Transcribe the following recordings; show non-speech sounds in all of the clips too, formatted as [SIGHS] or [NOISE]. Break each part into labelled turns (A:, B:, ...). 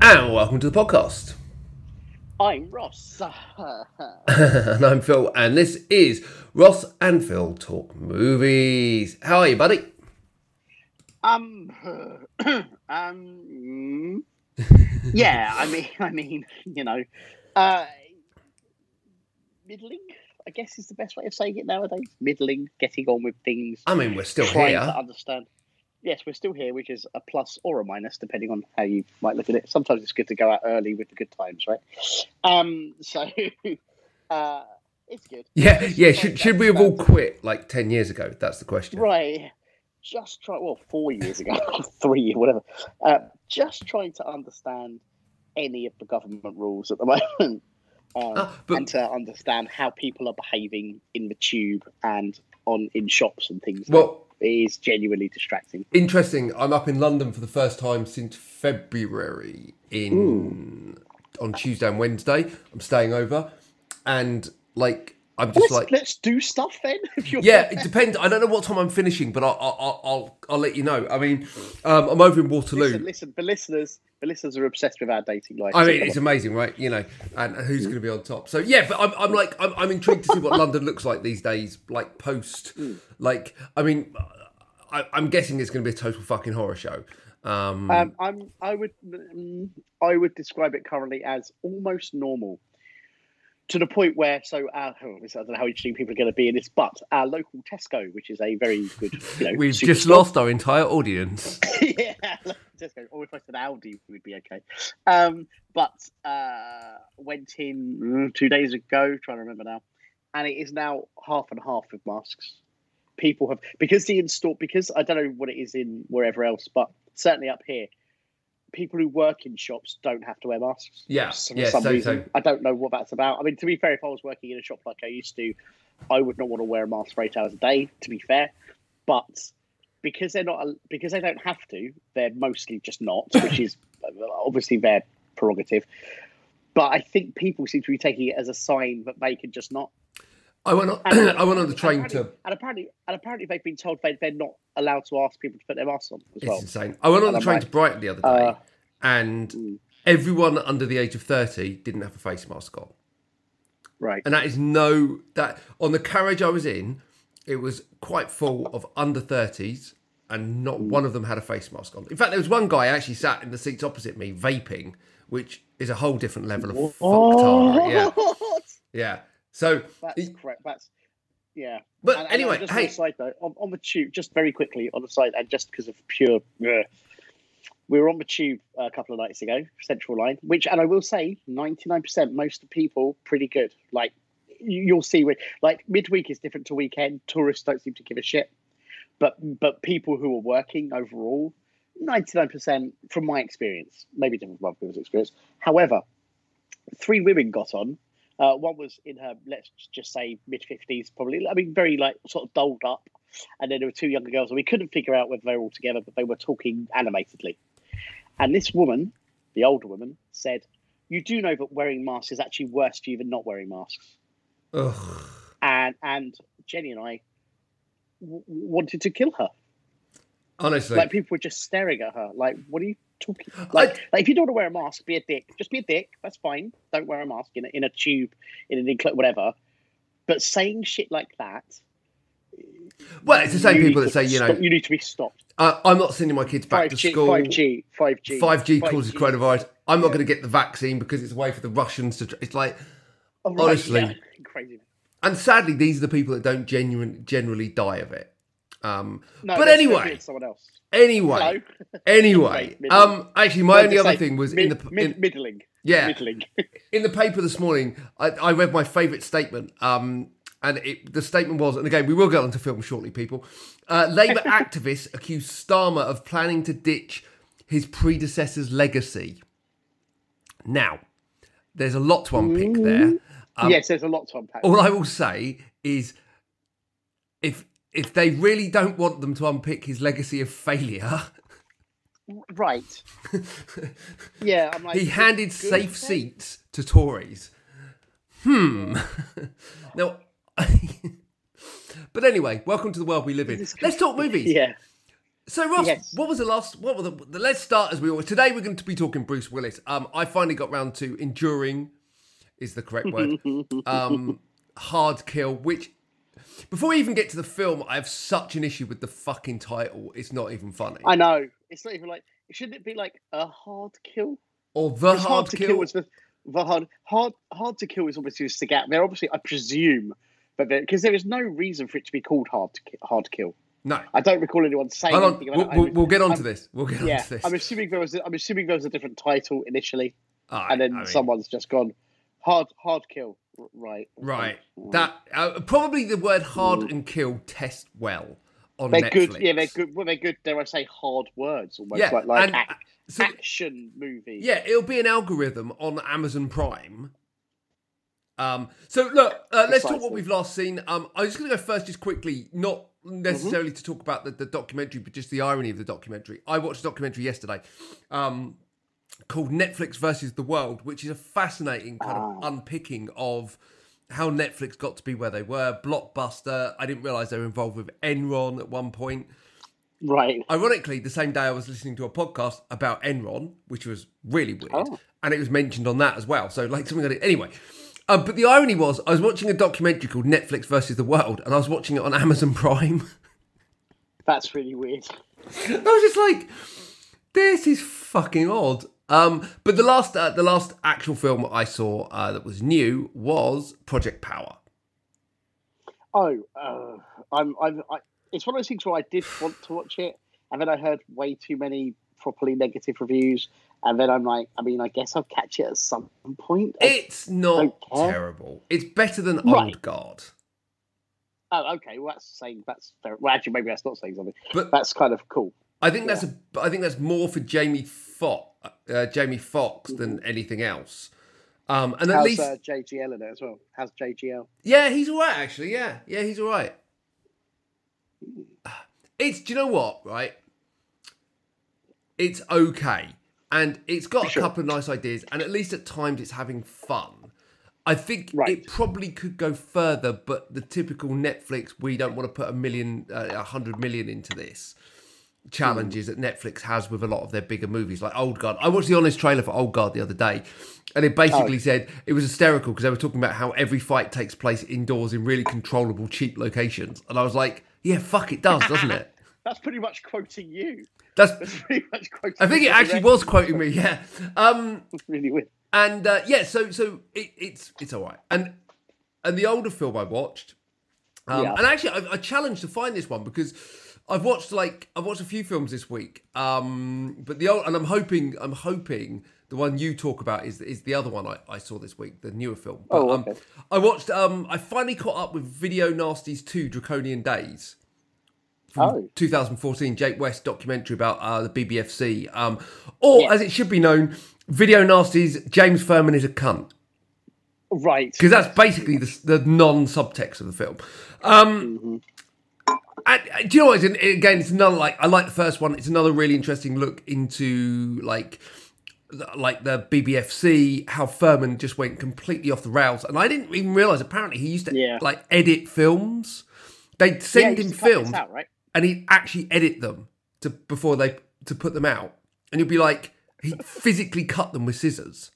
A: And welcome to the podcast. [LAUGHS]
B: I'm Ross.
A: and I'm Phil, and this is Ross and Phil Talk Movies. How are you, buddy?
B: [LAUGHS] um, [CLEARS THROAT] um, yeah. I mean, [LAUGHS] I mean, you know, uh, middling. I guess is the best way of saying it nowadays. Middling, getting on with things,
A: I mean, we're still
B: trying
A: here.
B: to understand. Yes, we're still here, which is a plus or a minus, depending on how you might look at it. Sometimes it's good to go out early with the good times, right? Um, so [LAUGHS] uh, it's good.
A: Yeah, yeah.
B: trying
A: Should,
B: to
A: should we have all
B: understand-
A: quit like 10 years ago? That's the question.
B: Right. Just try, well, four years ago, [LAUGHS] three, whatever. Uh, just trying to understand any of the government rules at the [LAUGHS] moment um,
A: Ah, but-
B: and to understand how people are behaving in the tube and on in shops and things.
A: Well,
B: it is genuinely distracting.
A: interesting. I'm up in London for the first time since February in on Tuesday and Wednesday. I'm staying over, and like I'm just
B: Let's,
A: like
B: let's do stuff then. [LAUGHS] If you're
A: yeah, it depends. I don't know what time I'm finishing, but I'll I'll I'll, I'll let you know. I mean, um, I'm over in Waterloo.
B: listen, listen, the listeners, the listeners are obsessed with our dating life.
A: I
B: so
A: mean,
B: come
A: it's
B: on.
A: amazing, right? You know, and who's going to be on top? So yeah, but I'm, I'm like, I'm, I'm intrigued to see what London looks like these days, like post,
B: Hmm.
A: like, I mean, I, I'm guessing it's going to be a total fucking horror show. Um,
B: um, I'm, I would, mm, I would describe it currently as almost normal, to the point where so our, oh, I don't know how interesting people are going to be in this, but our local Tesco, which is a very good, you know,
A: [LAUGHS] we've
B: super-
A: just lost our entire
B: [COUGHS]
A: audience.
B: [LAUGHS] yeah, local Tesco, or if I said Aldi, we'd be okay. Um, but uh, went in mm, two days ago, trying to remember now, and it is now half and half with masks. People have because the install because I don't know what it is in wherever else, but certainly up here, people who work in shops don't have to wear masks.
A: Yeah,
B: for
A: yeah,
B: some
A: so-
B: reason.
A: so-
B: I don't know what that's about. I mean, to be fair, if I was working in a shop like I used to, I would not want to wear a mask for eight hours a day. To be fair, but because they're not because they don't have to, they're mostly just
A: [LAUGHS]
B: not, which is uh, obviously their prerogative. But I think people seem to be taking it as a sign that they can
A: [COUGHS]
B: just not.
A: I went on,
B: And-
A: [COUGHS] I went on the train
B: and
A: to.
B: apparently, and apparently, and apparently, they've been told they, they're not allowed to ask people to put their masks on as
A: It's
B: well.
A: insane. I went on
B: and
A: the
B: I'm
A: train
B: like,
A: to Brighton the other day,
B: uh, hmm.
A: and everyone under the age of thirty didn't have a face mask on.
B: Right?
A: and that is no that on the carriage I was in, it was quite full of under thirties, and not one of them had a face mask on. In fact, there was one guy actually sat in the seats opposite me vaping, which is a whole different level of
B: Oh.
A: fucktard. Yeah, yeah. So,
B: [LAUGHS] That's correct. That's yeah.
A: but
B: And- and
A: anyway,
B: just on
A: hey,
B: a side note, on, on the tube, just very quickly on the side, and just because of pure, bleh. we were on the tube a couple of nights ago, Central Line, which, and I will say, ninety nine percent, most of the people pretty good. Like you- you'll see, when, like midweek is different to weekend. Tourists don't seem to give a shit, but but people who are working overall. 99% from my experience, maybe different from other people's experience. However, three women got on. Uh, one was in her, let's just say, mid 50s, probably. I mean, very like sort of dolled up. And then there were two younger girls, and we couldn't figure out whether they were all together, but they were talking animatedly. And this woman, the older woman, said, You do know that wearing masks is actually worse for you than not wearing masks.
A: ugh,
B: And, and Jenny and I w- wanted to kill her.
A: honestly,
B: Like, people were just staring at her. Like, what are you talking? Like, like, if you don't want to wear a mask, be a dick. Just be a dick. That's fine. Don't wear a mask in a, in a tube, in an enclosure, whatever. But saying shit like that.
A: well, it's the same
B: you
A: people
B: need
A: that
B: to
A: say, you
B: stop-
A: know,
B: you need to be stopped.
A: I, I'm not sending my kids back
B: Five
A: to
B: G,
A: school.
B: five G, five G,
A: 5G causes coronavirus. I'm not going to get the vaccine because it's a way for the Russians to. tr- It's like,
B: Oh, right,
A: honestly.
B: yeah. crazy.
A: and sadly, these are the people that don't genuine, generally die of it. Um,
B: No,
A: but
B: they're still
A: anyway,
B: doing someone else.
A: anyway,
B: Hello?
A: anyway.
B: Middling.
A: Um, actually, my
B: Well,
A: only
B: just
A: other
B: say
A: thing was in
B: mid-
A: the
B: mid-
A: in,
B: middling.
A: Yeah.
B: middling. [LAUGHS]
A: in the paper this morning. I, I read my favourite statement. Um, and it, the statement was, and again, we will get onto film shortly, people. Uh,
B: [LAUGHS]
A: Labour activists accused Starmer of planning to ditch his predecessor's legacy. Now, there's a lot to unpick there. Um,
B: yes, there's a lot to unpack.
A: all I will say is if if they really don't want them to unpick his legacy of failure, [LAUGHS]
B: Right. Yeah, I'm like
A: he handed safe seats to Tories. Hmm. [LAUGHS] now, [LAUGHS]
B: [LAUGHS]
A: but anyway, welcome to the world we live in. Let's talk movies.
B: Yeah.
A: So Ross,
B: Yes.
A: what was the last? What were the, the? Let's start as we always. Today we're going to be talking Bruce Willis. Um, I finally got round to enduring, is the correct
B: [LAUGHS]
A: word. um, hard kill. Which, before we even get to the film, I have such an issue with the fucking title. It's not even funny.
B: I know. It's not even like. Shouldn't it be like a hard kill?
A: or the
B: It's
A: hard,
B: hard to
A: kill.
B: kill was the, the hard hard hard to kill is obviously used to get. They're obviously, I presume, but because there is no reason for it to be called hard to ki- hard kill.
A: no.
B: I don't recall anyone saying
A: Hold on.
B: anything
A: We'll,
B: about it.
A: we'll, we'll get on to
B: I'm-
A: this. We'll get
B: Yeah,
A: on to this.
B: I'm assuming there was. A, I'm assuming there was a different title initially,
A: All right,
B: and then
A: I mean,
B: someone's just gone hard hard kill. R- Right. okay.
A: Right. That uh, probably the word hard and kill test well on
B: Mm. They're
A: Netflix.
B: good. Yeah, they're good. Well, they're good. Dare I say hard words almost
A: Yeah,
B: like like
A: and-
B: ac-
A: so-
B: action movie.
A: Yeah, it'll be an algorithm on Amazon Prime. Um, so look, uh, let's talk what
B: Precisely.
A: we've last seen. Um, I'm just going to go first, just quickly, not necessarily to talk about the, the documentary, but just the irony of the documentary. I watched a documentary yesterday um, called Netflix versus the World, which is a fascinating kind of unpicking of how Netflix got to be where they were. Blockbuster. I didn't realize they were involved with Enron at one point.
B: Right.
A: Ironically, the same day I was listening to a podcast about Enron, which was really weird,
B: Oh.
A: and it was mentioned on that as well. So, like something I did anyway. Um, but the irony was, I was watching a documentary called Netflix versus the World, and I was watching it on [LAUGHS] Amazon Prime.
B: That's really weird.
A: I was just like, this is fucking odd. Um, but the last, uh, the last actual film I saw uh, that was new was Project Power.
B: Oh, uh, I'm. I'm. I, it's one of those things where I did want to watch it, and then I heard way too many properly negative reviews, and then I'm like, I mean, I guess I'll catch it at some point.
A: It's not
B: Okay.
A: terrible. It's better than
B: Right.
A: Old Guard.
B: oh, okay. Well, that's saying that's fair. Well, actually, maybe that's not saying something.
A: But-
B: that's kind of cool.
A: I think that's a. I think that's more for Jamie Fox, uh, Jamie Fox, than anything else. Um, and at
B: How's
A: least,
B: uh, JGL in it as well? How's JGL?
A: yeah, he's all right. Actually, yeah, yeah, he's all right. It's. Do you know what? Right. It's okay, and it's got a
B: sure.
A: couple of nice ideas, and at least at times it's having fun. I think
B: Right.
A: it probably could go further, but the typical Netflix, we don't want to put a million, uh, a hundred million into this. challenges that Netflix has with a lot of their bigger movies, like Old Guard. I watched the honest trailer for Old Guard the other day, and it basically said it was hysterical because they were talking about how every fight takes place indoors in really controllable, cheap locations, and I was like, "Yeah, fuck, it does, doesn't it?"
B: That's pretty much quoting you. [LAUGHS]
A: That's.
B: Pretty much quoting.
A: I think it
B: you
A: actually was quoting me. Yeah. Um.
B: [LAUGHS] really weird.
A: And uh, yeah, so so it, it's it's all right. And and the older film I watched, um,
B: Yeah.
A: and actually I, I challenged to find this one because I've watched like I've watched a few films this week. Um, but the old and I'm hoping I'm hoping the one you talk about is is the other one I, I saw this week, the newer film. But,
B: Oh,
A: um,
B: okay.
A: I watched. Um, I finally caught up with Video Nasties Two: Draconian Days. Hmm.
B: Oh,
A: 2014 Jake West documentary about uh, the BBFC, um, or
B: Yeah.
A: as it should be known, Video Nasty's James Furman is a cunt
B: right.
A: because that's basically the, the non-subtext of the film. Um,
B: Mm-hmm.
A: and, and do you know what? It's, an- again, it's another like I like the first one. It's another really interesting look into like th- like the BBFC, how Furman just went completely off the rails, and I didn't even realize. Apparently, he used to
B: Yeah.
A: like edit films. They'd
B: Yeah, you
A: send him
B: used to cut this
A: films,
B: out, right?
A: and he'd actually edit them to before they to put them out, and you'd be like, he physically cut them with scissors.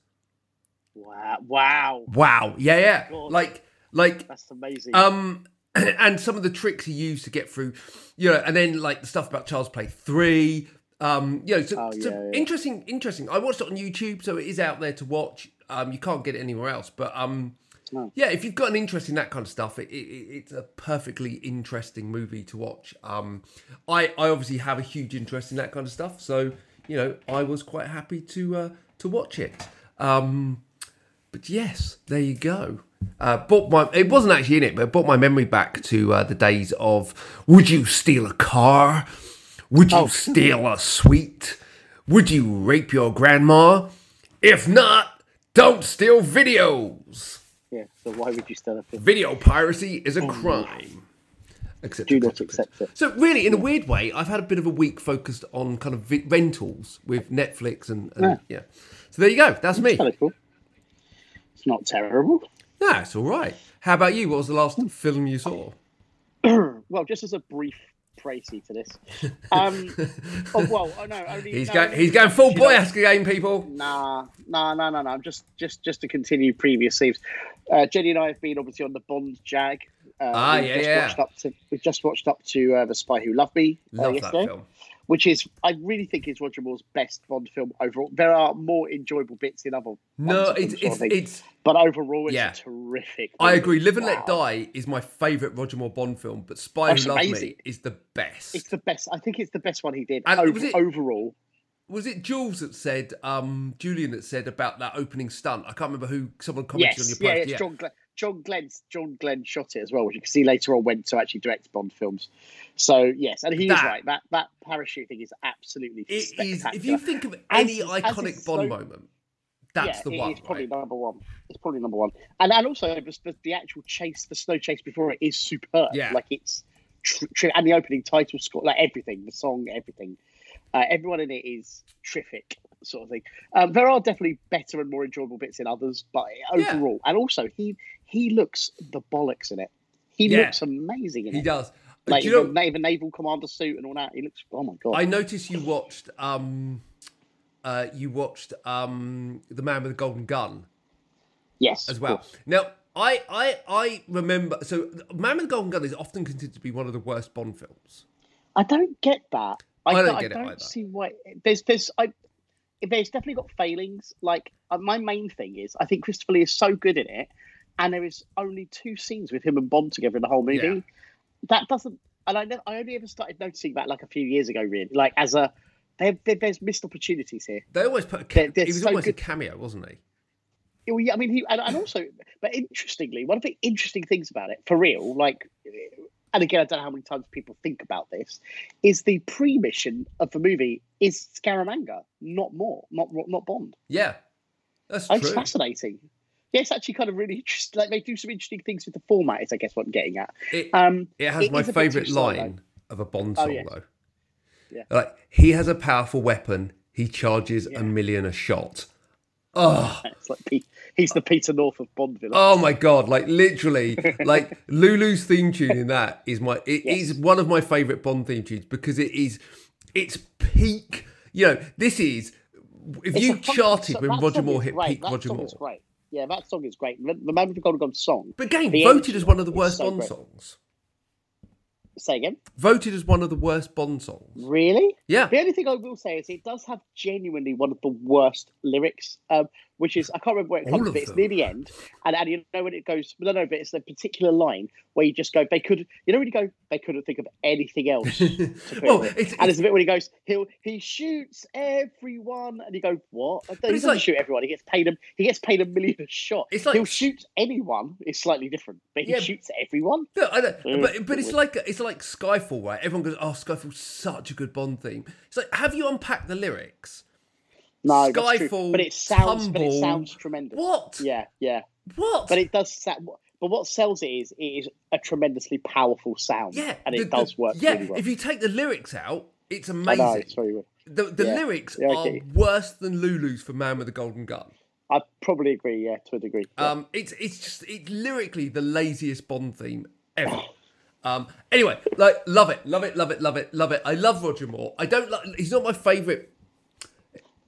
B: Wow, wow,
A: Wow, yeah, yeah,
B: God.
A: like like
B: that's amazing.
A: um, [CLEARS THROAT] and some of the tricks he used to get through, you know, and then like the stuff about Child's Play three, um, you know, so,
B: Oh,
A: so
B: yeah, yeah.
A: interesting, interesting. I watched it on YouTube, so it is out there to watch. Um, you can't get it anywhere else, but um,
B: No.
A: yeah, if you've got an interest in that kind of stuff, it, it, it- it's a perfectly interesting movie to watch. Um, I I obviously have a huge interest in that kind of stuff, so you know, I was quite happy to uh, to watch it. Um, but yes, there you go. Uh, brought my it wasn't actually in it, but it brought my memory back to uh, the days of would you steal a car? Would
B: Oh.
A: you steal a sweet? Would you rape your grandma? If not, don't steal videos.
B: yeah. So why would you still have film?
A: Video piracy is a crime. Except
B: Oh Do not accept it.
A: so really, in a weird way, I've had a bit of a week focused on kind of vi- rentals with Netflix and, and yeah. So there you go. That's me.
B: Kind of cool. It's not terrible. [CLEARS THROAT]
A: No,
B: Hmm.
A: it's all right. How about you? What was the last film you saw?
B: Well, just as a brief pricey to this.
A: [LAUGHS]
B: Um, oh, well, oh no, only
A: He's
B: no,
A: going. He's going full
B: Should
A: boy
B: I-
A: ask again, people.
B: Nah, nah, nah, nah, nah. Just, just, just to continue previous themes. Uh, Jenny and I have been obviously on the Bond Jag. Uh,
A: Ah,
B: we've
A: yeah,
B: just
A: yeah.
B: Watched up to, we just watched up to uh, the Spy Who Loved Me uh,
A: Love that
B: yesterday,
A: film.
B: which is I really think is Roger Moore's best Bond film overall. There are more enjoyable bits in other.
A: No,
B: Bonds, I think,
A: it's
B: sort of
A: it's
B: thing.
A: it's.
B: but overall, it's
A: Yeah.
B: terrific.
A: I
B: movie.
A: agree. Live and
B: Wow.
A: Let Die is my favourite Roger Moore Bond film, but Spy
B: That's
A: Who Loved
B: amazing.
A: Me is the best.
B: It's the best. I think it's the best one he did
A: And
B: over,
A: was it-
B: overall.
A: Was it Jules that said, um, Julian that said about that opening stunt? I can't remember who someone commented
B: Yes,
A: on
B: yeah,
A: your
B: it's
A: post.
B: John Glenn. John Glenn, John Glenn shot it as well, which you can see later on went to actually direct Bond films. So yes, and he is
A: That-
B: right. That that parachute thing is absolutely
A: It is.
B: spectacular.
A: If you think of
B: As
A: any
B: is- as
A: iconic
B: is
A: Bond
B: so-
A: moment, that's
B: yeah,
A: the
B: it-
A: one.
B: It's probably
A: right?
B: number one. It's probably number one. And and also just the, the actual chase, the snow chase before it is superb.
A: Yeah.
B: like it's tr- tr- and the opening title score, like everything, the song, everything. Uh, everyone in it is terrific, sort of thing. Um, there are definitely better and more enjoyable bits in others, but
A: Yeah.
B: overall, and also he he looks the bollocks in it. He
A: Yeah.
B: looks amazing in
A: He
B: it.
A: does. Uh,
B: Like
A: Do
B: you
A: you know,
B: the, na- the naval commander suit and all that. He looks. Oh my god.
A: I noticed you watched um, uh, you watched um, the Man with the Golden Gun
B: yes.
A: as
B: of
A: well.
B: course.
A: Now, I I I remember. So, Man with the Golden Gun is often considered to be one of the worst Bond films.
B: I don't get that.
A: I don't
B: I
A: get it
B: don't
A: either.
B: see why. There's, there's, I, there's definitely got failings. Like uh, my main thing is, I think Christopher Lee is so good in it, and there is only two scenes with him and Bond together in the whole movie.
A: Yeah.
B: That doesn't, and I, never, I only ever started noticing that like a few years ago, really. Like as a, there, there, there's missed opportunities here.
A: They always put. A ca-
B: They're- they're
A: he was
B: so
A: almost
B: good.
A: a cameo, wasn't he?
B: Well, yeah, I mean, he, and, and also, but interestingly, one of the interesting things about it, for real, like, and again, I don't know how many times people think about this, is the pre-mission of the movie is Scaramanga, not more, not not Bond.
A: Yeah, that's
B: It's
A: true.
B: fascinating. Yeah, it's actually kind of really interesting. Like, they do some interesting things with the format, is I guess what I'm getting at.
A: It-
B: Um,
A: It has
B: It
A: my
B: is a bit too
A: favourite
B: slow,
A: line of a Bond
B: Oh,
A: song
B: yes.
A: though.
B: Yeah.
A: Like he has a powerful weapon. He charges
B: Yeah.
A: a million a shot. Oh,
B: it's like Pe- he's the Peter North of Bond villain.
A: oh my god! Like
B: [LAUGHS]
A: literally, like Lulu's theme tune in that is my. It is one of my favourite Bond theme tunes because it is, it's peak. You know, this is if
B: It's
A: you
B: a fun-
A: charted
B: so
A: when
B: that
A: Roger
B: song
A: Moore
B: is
A: hit
B: great.
A: peak
B: that
A: Roger
B: song
A: Moore.
B: Is great. Yeah, that song is great. The Man with the Golden Gun song.
A: But again,
B: The
A: voted
B: energy
A: as one of the
B: is
A: worst
B: so
A: Bond
B: great.
A: songs.
B: Say again.
A: Voted as one of the worst Bond songs.
B: Really?
A: Yeah.
B: The only thing I will say is it does have genuinely one of the worst lyrics, um, which is I can't remember where it
A: All
B: comes,
A: of
B: but it's
A: them.
B: near the end, and and you know when it goes, no, no, but it's the particular line where you just go, they could, you know, when you go, they couldn't think of anything else.
A: [LAUGHS]
B: to put
A: Well,
B: it with."
A: it's-
B: and it's a bit when he goes, he'll he shoots everyone, and you go, what? He
A: it's
B: doesn't
A: like-
B: shoot everyone. He gets paid a he gets paid a million a shot.
A: It's like-
B: he'll shoot anyone. It's slightly different, but he
A: Yeah.
B: shoots everyone.
A: No, I know,
B: Mm.
A: but but it's like it's like Skyfall, right? Everyone goes, "Oh, Skyfall's such a good Bond theme." It's like, have you unpacked the lyrics?
B: No, that's true.
A: Skyfall,
B: but it sounds, but
A: Tumble.
B: it sounds tremendous.
A: What?
B: Yeah, yeah.
A: What?
B: but it does. sa- But what sells it is it is a tremendously powerful sound.
A: yeah,
B: and
A: the-
B: it
A: the-
B: does work.
A: Yeah,
B: really well.
A: if you take the lyrics out, it's
B: I
A: amazing.
B: know it's very good.
A: the the
B: Yeah.
A: lyrics
B: Yeah, I
A: are
B: get you.
A: worse than Lulu's for Man with the Golden Gun.
B: I probably agree. Yeah, to a degree. Yeah.
A: Um, it's it's just it's lyrically the laziest Bond theme ever. Um, anyway, like love it, love it, love it, love it, love it. I love Roger Moore. I don't like. He's not my favorite.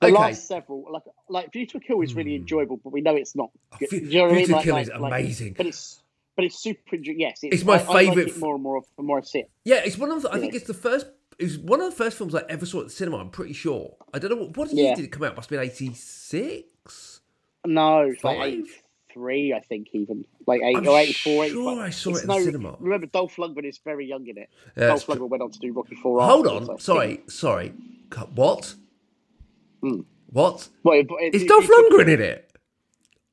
B: the
A: okay. Hmm.
B: last several, like like View to a Kill, is really enjoyable, but we know it's not. Good.
A: View-
B: Do you know what I
A: View
B: mean?
A: to a
B: Like-
A: Oh, Kill
B: like-
A: is
B: like-
A: amazing.
B: but it's but it's super. enjo- Yes, it's,
A: It's my
B: I- I like
A: favourite
B: it
A: f-
B: more and more of- the more I see it.
A: Yeah, it's one of the, I think it's the first. It's one of the first films I ever saw at the cinema. I'm pretty sure. I don't know what, what year
B: Yeah.
A: did it come out. Must have been eighty six.
B: No, it's
A: Five?
B: like eighty-three, I think, even like eight
A: I'm
B: or 84,
A: sure
B: 85.
A: I saw
B: It's
A: it in the cinema.
B: Remember, Dolph Lundgren is very young in it.
A: Yeah,
B: Dolph
A: it's true.
B: Lundgren went on to do Rocky Four.
A: Hold
B: afterwards, I
A: on,
B: think.
A: sorry, sorry. Cut- What?
B: Hmm.
A: What?
B: Well, it- it-
A: Is
B: it-
A: Dolph
B: it-
A: Lundgren in it?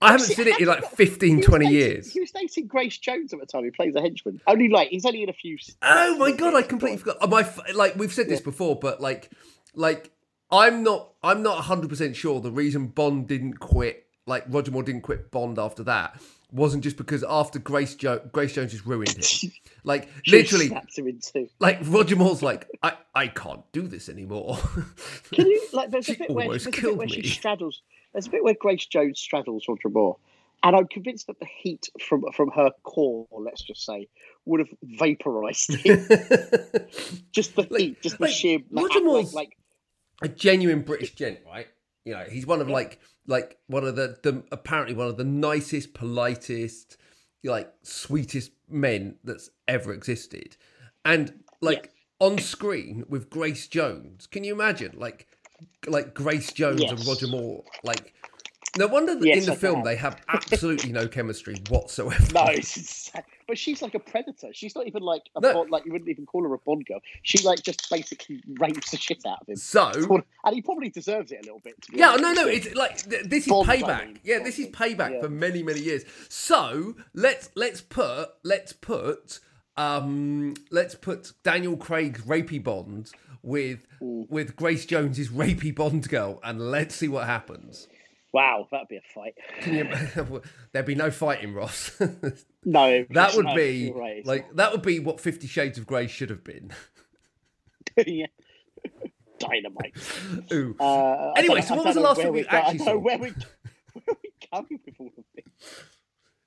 A: I haven't
B: See,
A: seen it in
B: have
A: like
B: you got-
A: 15,
B: He was
A: 20
B: dating-
A: years.
B: He was dating Grace Jones at the time. He plays a henchman. Only like he's only in a few.
A: Oh my god,
B: [LAUGHS]
A: I completely forgot. Oh, My f- like we've said this before, but like like I'm not I'm not 100% sure the reason Bond didn't quit like Roger Moore didn't quit Bond after that wasn't just because after Grace jo- Grace Jones just ruined it. Like
B: She
A: literally
B: snaps him in two.
A: like Roger Moore's like I I can't do this anymore. [LAUGHS]
B: Can you like? There's a
A: She
B: bit where,
A: almost
B: there's a bit
A: killed
B: where she
A: me.
B: straddles. There's a bit where Grace Jones straddles Roger Moore, And I'm convinced that the heat from from her core, let's just say, would have vaporized
A: [LAUGHS]
B: it. just the
A: Like-
B: heat, just the
A: like,
B: sheer like,
A: Lattimore's-
B: like
A: a genuine British
B: [LAUGHS]
A: gent, right? You know, he's one of like like one of the, the apparently one of the nicest, politest, like sweetest men that's ever existed, and like on screen with Grace Jones. Can you imagine like like Grace Jones and
B: Yes.
A: Roger Moore? Like, no wonder that in
B: Yes,
A: the
B: I
A: film
B: can.
A: they
B: [LAUGHS]
A: have absolutely no chemistry whatsoever. [LAUGHS]
B: No, [LAUGHS] it's insane. but she's like a predator. She's not even like a
A: No.
B: Bond, like you wouldn't even call her a Bond girl. She like just basically rapes the shit out of him,
A: So
B: and he probably deserves it a little bit. To be
A: Yeah,
B: honest.
A: no, no. It's like th- this is
B: Bond
A: payback.
B: running,
A: Yeah, this is
B: Bond,
A: payback
B: yeah.
A: for many, many years. So let's let's put let's put um let's put Daniel Craig's rapey Bond with with Grace Jones's rapey Bond girl, and let's see what happens.
B: wow, that'd be a fight.
A: Can [LAUGHS] you? There'd be no fighting, Ross. [LAUGHS]
B: No,
A: that would
B: no,
A: be
B: you're [LAUGHS] right, it's
A: like that would be what Fifty Shades of Grey should have been. [LAUGHS]
B: not. Yeah. dynamite.
A: Ooh.
B: Uh, I
A: Anyway,
B: don't-
A: so
B: I
A: what
B: don't
A: was the
B: know
A: last
B: where
A: one we
B: we're going- I
A: actually
B: don't know
A: saw?
B: Where we [LAUGHS] where are we coming with all of this?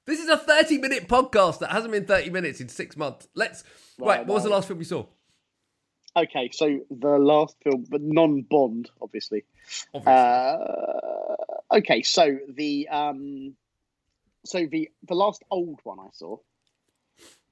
A: This is a 30 minute podcast that hasn't been 30 minutes in six months. Let's. Right, what was the
B: no.
A: last film we saw?
B: Okay, so the last film, but non-Bond, obviously.
A: Obviously.
B: Uh, okay, so the um, so the the last old one I saw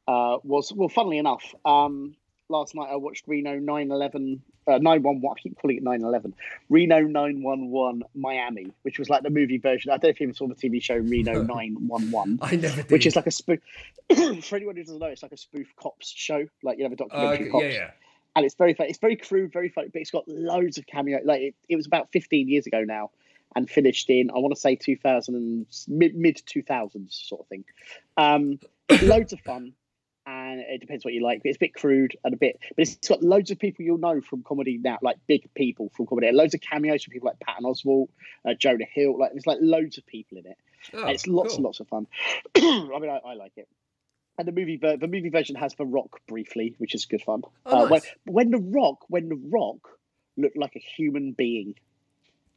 B: uh, was well, funnily enough, um, last night I watched Reno 911, uh, 911. I keep calling it 911, Reno 911 Miami, which was like the movie version. I don't know if you ever saw the TV
A: [LAUGHS]
B: show Reno 911.
A: I never did.
B: Which is like a spoof. [COUGHS] For anyone who doesn't know, it's like a spoof cops show. Like you have a
A: Uh,
B: documentary
A: okay,
B: cops,
A: yeah, yeah.
B: and it's very funny. It's very crude, very funny, but it's got loads of cameo. Like it, it was about 15 years ago now, and finished in I want to say 2000 and mid mid 2000s sort of thing. Um, [COUGHS] loads of fun, and it depends what you like. It's a bit crude and a bit, but it's got loads of people you'll know from comedy now, like big people from comedy. And loads of cameos from people like Patton Oswalt, uh, Jonah Hill. Like there's like loads of people in it.
A: Oh,
B: And it's lots
A: cool.
B: and lots of fun. [CLEARS THROAT] I mean, I, I like it. And the movie, ver- the movie version has The Rock briefly, which is good fun.
A: Oh,
B: Uh, when,
A: nice.
B: when The Rock, when The Rock looked like a human being,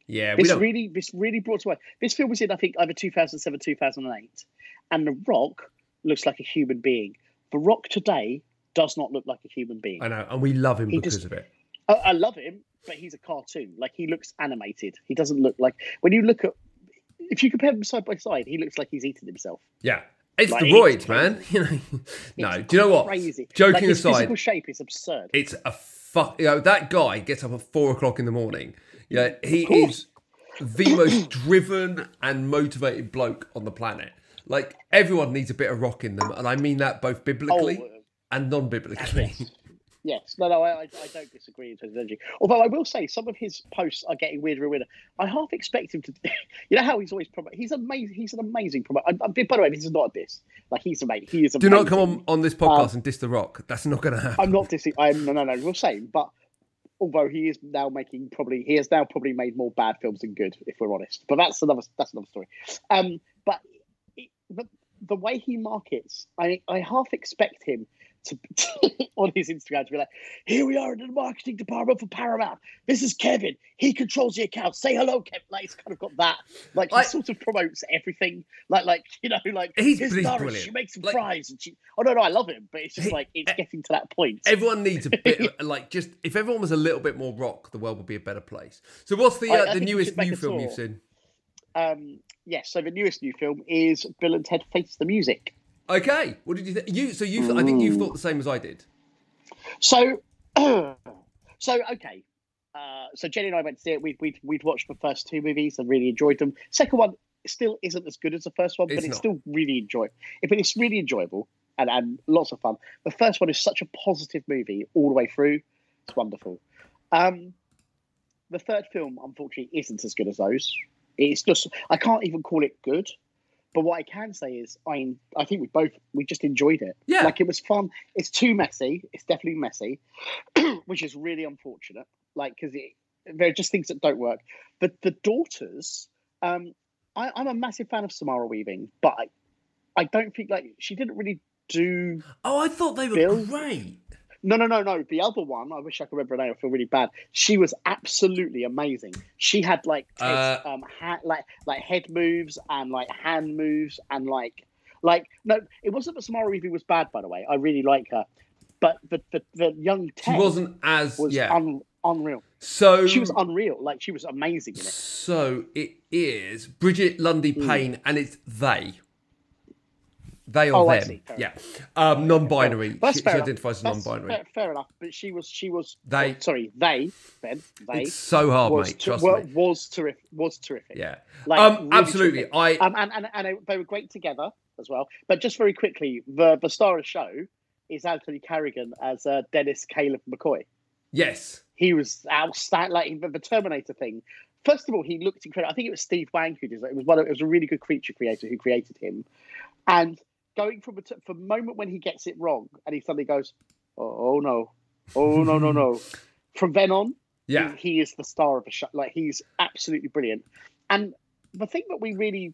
A: Yeah, we
B: this
A: don't.
B: really, this really brought to life. This film was in, I think, either two thousand seven, two thousand eight, and The Rock looks like a human being. The Rock today does not look like a human being.
A: I know, and we love him
B: He
A: because
B: just-
A: of it.
B: I, I love him, but he's a cartoon. Like he looks animated. He doesn't look like when you look at. If you compare them side by side, he looks like he's eaten himself.
A: Yeah, it's
B: Like,
A: the
B: it's
A: roids, man. [LAUGHS] You know, no.
B: It's
A: Do you know what?
B: Crazy. like,
A: Joking
B: his
A: aside,
B: physical shape is absurd.
A: it's a fuck. You know, that guy gets up at four o'clock in the morning. Yeah, he is
B: course.
A: the most [CLEARS THROAT] driven and motivated bloke on the planet. Like everyone needs a bit of rock in them, and I mean that both biblically
B: Oh, uh,
A: and non-biblically.
B: Yes, no, no, I, I, I don't disagree in terms of energy. Although I will say some of his posts are getting weirder and weirder. I half expect him to, [LAUGHS] you know how he's always promoting. He's amazing. He's an amazing promoter. I'm, I'm- by the way, this is not a diss. Like he's amazing. He
A: [LAUGHS]
B: is
A: Do
B: amazing.
A: not come on, on this
B: Um,
A: podcast and diss the rock. That's not going to happen.
B: [LAUGHS] I'm not dissing. I'm no, no, no. We're saying, but although he is now making probably he has now probably made more bad films than good, if we're honest. But that's another that's another story. Um, but, it, but the way he markets, I I half expect him to [LAUGHS] on his Instagram to be like, "Here we are in the marketing department for Paramount. This is Kevin. He controls the account. Say hello, Kevin." Like it's kind of got that. Like he
A: I-
B: sort of promotes everything. Like like you know like
A: He's-
B: his
A: he's
B: Doris,
A: brilliant.
B: She makes some
A: Like-
B: fries and she. Oh no, no, I love him,
A: [LAUGHS]
B: but it's just like it's getting to that point.
A: Everyone needs a
B: [LAUGHS]
A: bit, of, like just if everyone was a little bit more rock, the world would be a better place. So, what's the
B: I- I
A: uh, the
B: think we
A: newest
B: should make
A: new
B: a
A: film you've
B: tour.
A: seen?
B: Um, yes, so the newest new film is Bill and Ted Face the Music.
A: Okay, what did you think? You so you th- I think you thought the same as I did.
B: So, [CLEARS THROAT] so okay. Uh, so Jenny and I went to see it. We'd, we'd, we'd watched the first two movies and really enjoyed them. Second one still isn't as good as the first one, but
A: It's
B: it's,
A: not.
B: still really enjoyable. But it's really enjoyable and, and lots of fun. The first one is such a positive movie all the way through. It's wonderful. Um, the third film, unfortunately, isn't as good as those. It's just I can't even call it good. But what I can say is I I think we both we just enjoyed it.
A: Yeah.
B: Like it was fun. It's too messy. It's definitely messy, [CLEARS THROAT] which is really unfortunate. Like because there are just things that don't work. But the daughters, um, I, I'm a massive fan of Samara Weaving, but I, I don't think like she didn't really do
A: Oh, I thought they were
B: Bill?
A: great.
B: No, no, no, no. The other one, I wish I could remember her name. I feel really bad. She was absolutely amazing. She had like
A: Uh,
B: Ted's, um, ha- like like head moves and like hand moves and like like no, it wasn't that Samara Weaving was bad, by the way. I really like her, but the the, the young
A: She
B: Ted
A: wasn't as
B: was
A: yeah. Mm.
B: un- unreal.
A: so
B: She was unreal. Like she was amazing in it.
A: so it is Bridget Lundy Payne, and it's they. They or
B: Oh, I
A: them.
B: see. Fair
A: Yeah. Um, non-binary.
B: That's
A: she, she
B: fair enough.
A: identifies as
B: That's
A: non-binary.
B: Fair, fair enough. But she was she was
A: They-
B: oh, sorry they Ben they
A: It's so hard,
B: was
A: mate.
B: ter-
A: Trust
B: were-
A: me.
B: was terrific was terrific.
A: Yeah.
B: Like,
A: um,
B: really
A: absolutely.
B: terrific.
A: I
B: Um, and and, and they, they were great together as well. But just very quickly, the the star of the show is Anthony Carrigan as uh, Dennis Caleb McCoy.
A: yes.
B: He was outstanding. Like the, the Terminator thing. First of all, he looked incredible. I think it was Steve Wang who did it. It was one. Of, it was a really good creature creator who created him. And going from a t- from the moment when he gets it wrong, and he suddenly goes, "Oh, oh no, oh no, no, no." From then on,
A: Yeah.
B: he, he is the star of a show. Like he's absolutely brilliant. And the thing that we really,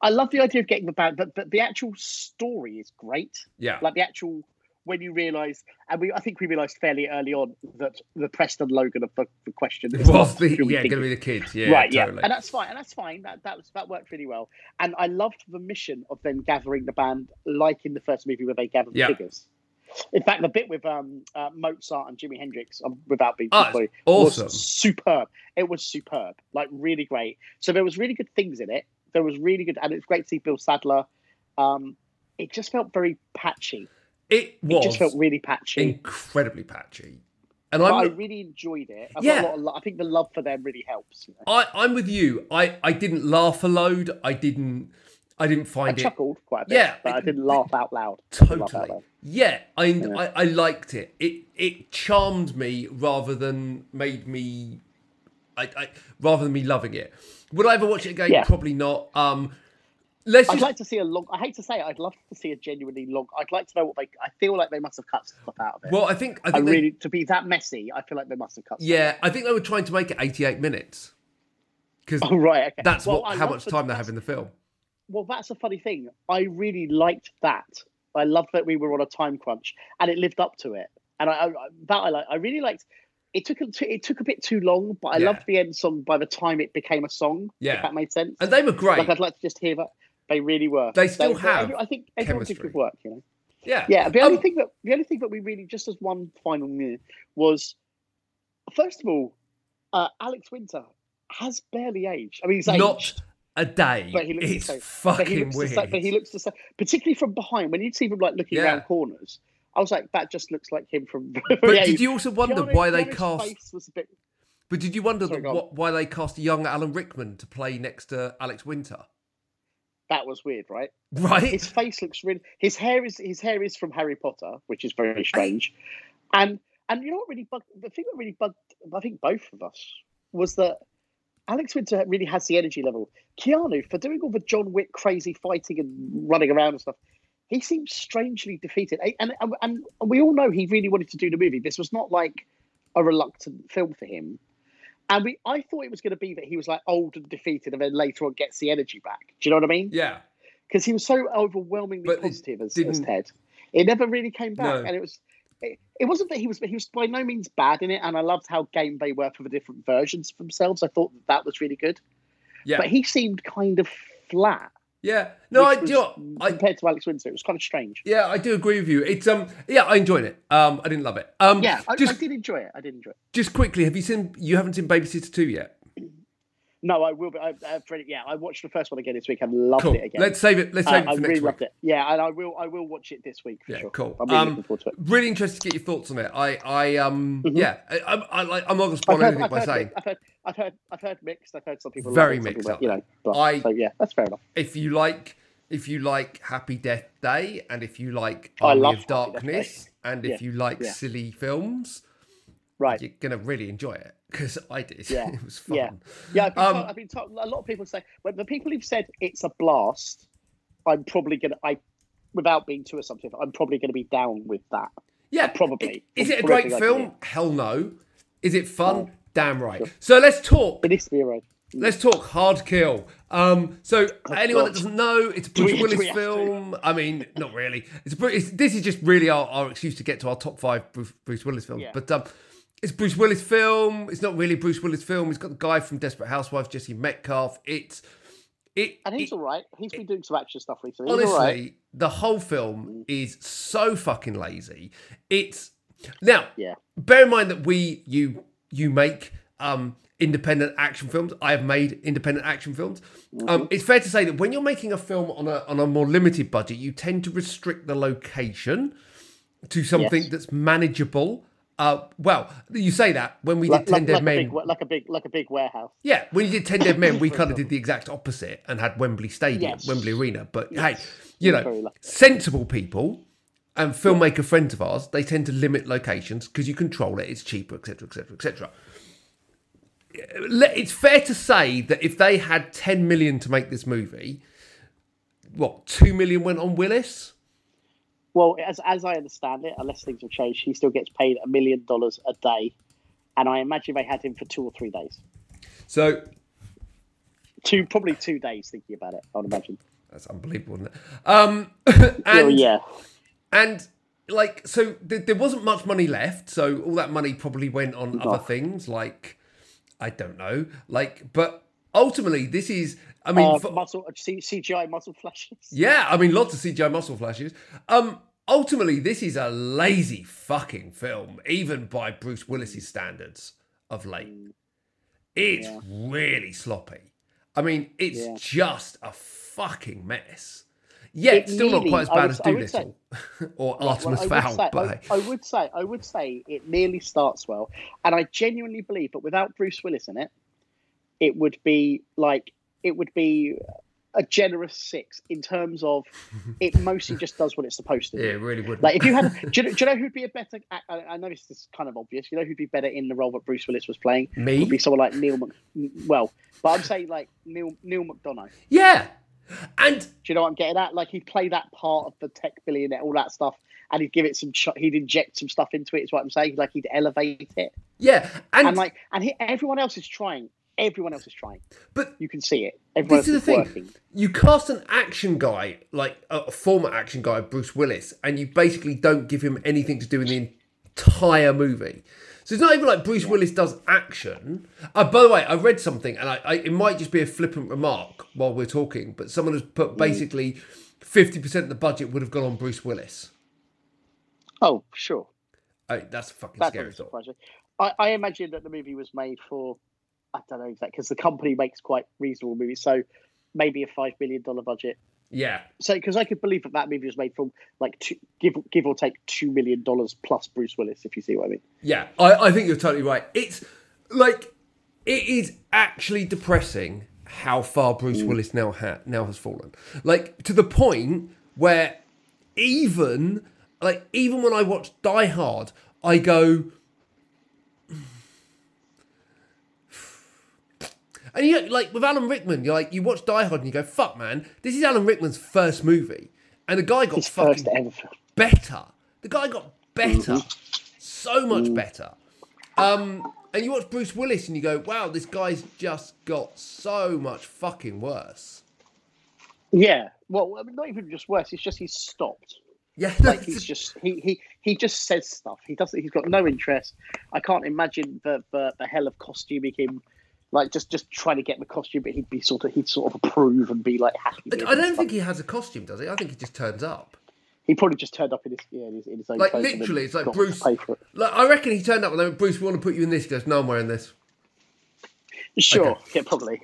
B: I love the idea of getting the band, but but the actual story is great.
A: Yeah.
B: Like the actual when you realise, and we I think we realised fairly early on that the Preston Logan of the, the question is
A: was
B: not
A: the,
B: who we
A: yeah,
B: think
A: going to
B: it
A: be the kids. Yeah,
B: right, yeah,
A: totally.
B: and that's fine, and that's fine. That that was that worked really well, and I loved the mission of them gathering the band, like in the first movie where they gathered
A: Yeah.
B: the figures. In fact, the bit with um, uh, Mozart and Jimi Hendrix, um, without being
A: Oh,
B: too spoily,
A: awesome.
B: was superb. It was superb, like really great. So there was really good things in it. There was really good, and it's great to see Bill Sadler. Um, it just felt very patchy.
A: it
B: It
A: was
B: just felt really patchy.
A: incredibly patchy, and
B: but I
A: I'm
B: really enjoyed it. I've got a
A: Yeah.
B: lot of lo- I think the love for them really helps. You know?
A: I, I'm with you. I I didn't laugh a load. I didn't I didn't
B: I
A: find it
B: chuckled quite a bit,
A: Yeah,
B: but I
A: it-
B: didn't laugh out loud. I didn't laugh out
A: totally.
B: loud.
A: Yeah, I, I I liked it. It it charmed me rather than made me. I, I rather than me loving it. Would I ever watch it again?
B: Yeah.
A: Probably not. Um, let's
B: I'd
A: just
B: like to see a long. I hate to say it. I'd love to see a genuinely long. I'd like to know what they. I feel like they must have cut stuff out of it.
A: well, I think I
B: I
A: think they-
B: really to be that messy. I feel like they must have cut. Stuff.
A: yeah, I think they were trying to make it 88 minutes because
B: [LAUGHS] Oh right. Okay.
A: that's
B: Well,
A: what
B: I
A: how
B: love
A: much
B: the-
A: time they
B: that's-
A: have in the film.
B: Well, that's a funny thing. I really liked that. I loved that we were on a time crunch, and it lived up to it. And I, I that I like. I really liked. It took a t- it took a bit too long, but I
A: Yeah.
B: loved the end song. By the time it became a song,
A: Yeah.
B: if that made sense.
A: And they were great.
B: Like I'd like to just hear that they really were.
A: They still
B: were-
A: have
B: I think everyone did
A: chemistry.
B: good work, you know.
A: yeah.
B: Yeah, the only
A: Um,
B: thing that the only thing that we really just as one final minute was, first of all, uh, Alex Winter has barely aged. I mean, he's aged,
A: not a day.
B: but he looks the
A: it's
B: same.
A: fucking
B: but he looks
A: weird.
B: The same, but he looks the same, particularly from behind. When you'd see him like looking
A: Yeah.
B: around corners, I was like, that just looks like him from. [LAUGHS]
A: But
B: yeah,
A: did you also wonder
B: Keanu-
A: why they
B: Keanu's
A: cast?
B: Face was a bit,
A: But did you wonder
B: Sorry,
A: that
B: go on.
A: wh- why they cast young Alan Rickman to play next to Alex Winter? [LAUGHS]
B: that was weird, right?
A: Right?
B: his face looks really his hair is his hair is from Harry Potter, which is very strange. And and you know what really bugged the thing that really bugged I think both of us was that Alex Winter really has the energy level. Keanu, for doing all the John Wick crazy fighting and running around and stuff, he seems strangely defeated. A- And, and, and we all know he really wanted to do the movie. This was not like a reluctant film for him. And we, I thought it was going to be that he was like old and defeated, and then later on gets the energy back. Do you know what I mean?
A: yeah.
B: because he was so overwhelmingly
A: But it
B: positive as, as
A: didn't-
B: Ted. It never really came back,
A: No.
B: and it was. It, it wasn't that he was, he was by no means bad in it, and I loved how game they were for the different versions of themselves. I thought that, that was really good,
A: Yeah.
B: but he seemed kind of flat.
A: yeah. No, I
B: which
A: do.
B: was-
A: you know, I
B: compared to Alex Windsor, it was kind of strange.
A: yeah, I do agree with you. It's um yeah, I enjoyed it. Um I didn't love it. Um
B: Yeah, I,
A: just
B: I did enjoy it. I did enjoy it.
A: just quickly, have you seen you haven't seen Babysitter 2 yet?
B: No, I will. Be, I, I've read it. Yeah, I watched the first one again this week. I loved
A: Cool.
B: it again.
A: Let's save it. Let's
B: Uh,
A: save
B: I
A: it for
B: really
A: next week.
B: loved it. Yeah, and I will. I will watch it this week for
A: Yeah,
B: sure.
A: cool.
B: I'm really
A: Um,
B: looking forward to it.
A: Really interested to get your thoughts on it. I I um
B: Mm-hmm.
A: yeah, I, I'm I, like I'm not gonna
B: I've
A: spoil
B: heard,
A: anything
B: I've,
A: by
B: heard,
A: saying
B: mi- I've heard, I've heard, I've heard mixed. I've heard some people love
A: Very
B: it, some
A: mixed
B: people,
A: up.
B: You know, but,
A: I-
B: so yeah, that's fair enough.
A: if you like if you like Happy Death Day and if you like
B: I
A: Army
B: love
A: of
B: Happy Death Day.
A: Darkness and if
B: Yeah,
A: you like
B: yeah.
A: silly films,
B: Right.
A: you're gonna really enjoy it because I did. [LAUGHS]
B: Yeah,
A: it was fun.
B: yeah. Yeah, I've been,
A: Um,
B: told, I've been told. A lot of people say when the people who've said it's a blast, I'm probably gonna. I, without being too assumptive, I'm probably gonna be down with that.
A: Yeah,
B: probably.
A: Is it a
B: Probably
A: great
B: like
A: film?
B: it. Oh.
A: Hell no. Is it fun? Damn right. So let's talk.
B: It needs to be a road.
A: Let's talk Hard Kill. Um, so anyone that
B: God.
A: doesn't know, it's a
B: we-
A: Bruce
B: do we
A: Willis
B: have to?
A: film. I mean, not really. It's, a Bru- it's this is just really our, our excuse to get to our top five Bruce, Bruce Willis films.
B: Yeah.
A: But um, it's a Bruce Willis film. It's not really a Bruce Willis film. It's got the guy from Desperate Housewives, Jesse Metcalf. It's it.
B: And he's
A: it-
B: all right. He's been doing some action stuff recently. He's
A: honestly,
B: all right.
A: the whole film is so fucking lazy. It's now
B: Yeah.
A: bear in mind that we you you make um independent action films i have made independent action films um
B: Mm-hmm.
A: it's fair to say that when you're making a film on a on a more limited budget you tend to restrict the location to something
B: Yes.
A: that's manageable uh well you say that when we
B: Like,
A: did 10
B: like,
A: dead
B: like, a
A: men
B: big, like a big, like a big warehouse.
A: yeah, when you did Ten Dead
B: [LAUGHS]
A: Men, we kind of did the exact opposite and had Wembley Stadium,
B: Yes.
A: Wembley Arena. But hey, you
B: Very
A: know,
B: lucky.
A: sensible people and filmmaker friends of ours, they tend to limit locations because you control it; it's cheaper, etc., etc., etc. It's fair to say that if they had ten million to make this movie, what two million went on Willis?
B: Well, as as I understand it, unless things have changed, he still gets paid a million dollars a day, and I imagine they had him for two or three days.
A: So
B: Two, probably two days. Thinking about it, I'd imagine.
A: that's unbelievable, isn't it? Um, [LAUGHS]
B: Oh
A: and
B: yeah,
A: And like, so th- there wasn't much money left. So all that money probably went on other things, like I don't know, like. But ultimately, this is. I mean,
B: uh,
A: for-
B: muscle C- CGI muscle flashes.
A: yeah, I mean, lots of CGI muscle flashes. Um, ultimately, this is a lazy fucking film, even by Bruce Willis's standards of late. It's really sloppy. I mean, it's
B: Yeah.
A: just a fucking mess. Yeah, it's still not
B: nearly-
A: quite as
B: I
A: bad
B: would-
A: as
B: I would say-
A: Doolittle [LAUGHS] or
B: Well,
A: Artemis
B: I,
A: Fowl.
B: would say,
A: [LAUGHS] but hey.
B: I, I would say I would say it merely starts well, and I genuinely believe, but without Bruce Willis in it, it would be like it would be a generous six in terms of it mostly just does what it's supposed to do.
A: Yeah, it really would.
B: Like if you had, [LAUGHS] do you, know- do you know who'd be a better? I, I I know this is kind of obvious. You know who'd be better in the role that Bruce Willis was playing?
A: Me?
B: Would be someone like Neil. Mc, well, but I'm saying like Neil Neil McDonough.
A: yeah, and
B: Do you know what I'm getting at? Like he'd play that part of the tech billionaire, all that stuff, and he'd give it some. Ch- he'd inject some stuff into it. Is what I'm saying. Like he'd elevate it,
A: yeah, and,
B: and like, and he, everyone else is trying. Everyone else is trying.
A: but
B: You can see it. Everyone
A: this
B: else
A: is the thing:
B: working.
A: you cast an action guy, like a, a former action guy, Bruce Willis, and you basically don't give him anything to do in the entire movie. So it's not even like Bruce Willis does action. Uh, by the way, I read something, and I, I, it might just be a flippant remark while we're talking, but someone has
B: Mm.
A: put basically fifty percent of the budget would have gone on Bruce Willis.
B: Oh, sure.
A: I, that's a fucking
B: That
A: scary
B: doesn't
A: thought.
B: surprise me. I, I imagine that the movie was made for. I don't know exactly because the company makes quite reasonable movies, so maybe a five million dollar budget.
A: Yeah,
B: So, because I could believe that that movie was made from like two, give give or take two million dollars plus Bruce Willis, if you see what I mean.
A: Yeah, I, I think you're totally right. It's like it is actually depressing how far Bruce
B: Mm.
A: Willis now ha- now has fallen. Like to the point where even like even when I watch Die Hard, I go. [SIGHS] And you know, like with Alan Rickman, you're like you watch Die Hard and you go, "Fuck, man, this is Alan Rickman's first movie," and the guy got
B: His
A: fucking
B: first ever film.
A: better. The guy got better,
B: Mm-hmm.
A: so much
B: Mm.
A: better. Um, and you watch Bruce Willis and you go, wow, this guy's just got so much fucking worse.
B: Yeah. Well, I mean, not even just worse. It's just he's stopped.
A: Yeah,
B: Like he's just he he he just says stuff. He doesn't. He's got no interest. I can't imagine the the, the hell of costuming him. Like just just trying to get the costume, but he'd be sort of he'd sort of approve and be like happy. with it
A: I
B: and
A: don't
B: stuff.
A: think he has a costume, does he? I think he just turns up.
B: he probably just turned up in his yeah, in his, in his own
A: Like
B: clothes and
A: literally, it's like
B: got
A: Bruce.
B: Pay for it.
A: Like I reckon he turned up and they went, Bruce, we want to put you in this. He goes, no, I'm wearing this.
B: Sure, yeah, probably.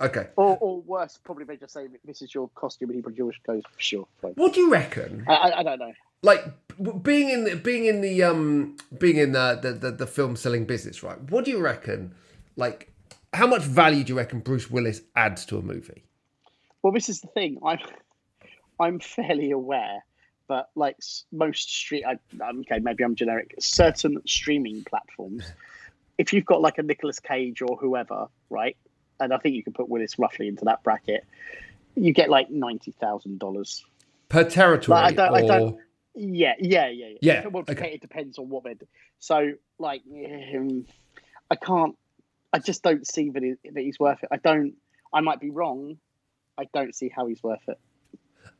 A: Okay.
B: Or or worse, probably they just say this is your costume, and he probably just goes sure. fine."
A: What do you reckon?
B: I, I I don't know.
A: Like b- being in the, being in the um being in the the, the the film selling business, right? What do you reckon? Like, how much value do you reckon Bruce Willis adds to a movie?
B: Well, this is the thing. I'm [LAUGHS] I'm fairly aware that like s- most street, I, um, okay, maybe I'm generic. Certain streaming platforms, if you've got like a Nicolas Cage or whoever, right, and I think you can put Willis roughly into that bracket, you get like ninety thousand dollars.
A: per territory
B: Like, I don't-
A: or
B: I don't- Yeah, yeah, yeah, yeah.
A: Yeah,
B: Well,
A: okay.
B: it depends on what they're. do- So, like, um, I can't. I just don't see that, he, that he's worth it. I don't. I might be wrong. I don't see how he's worth it.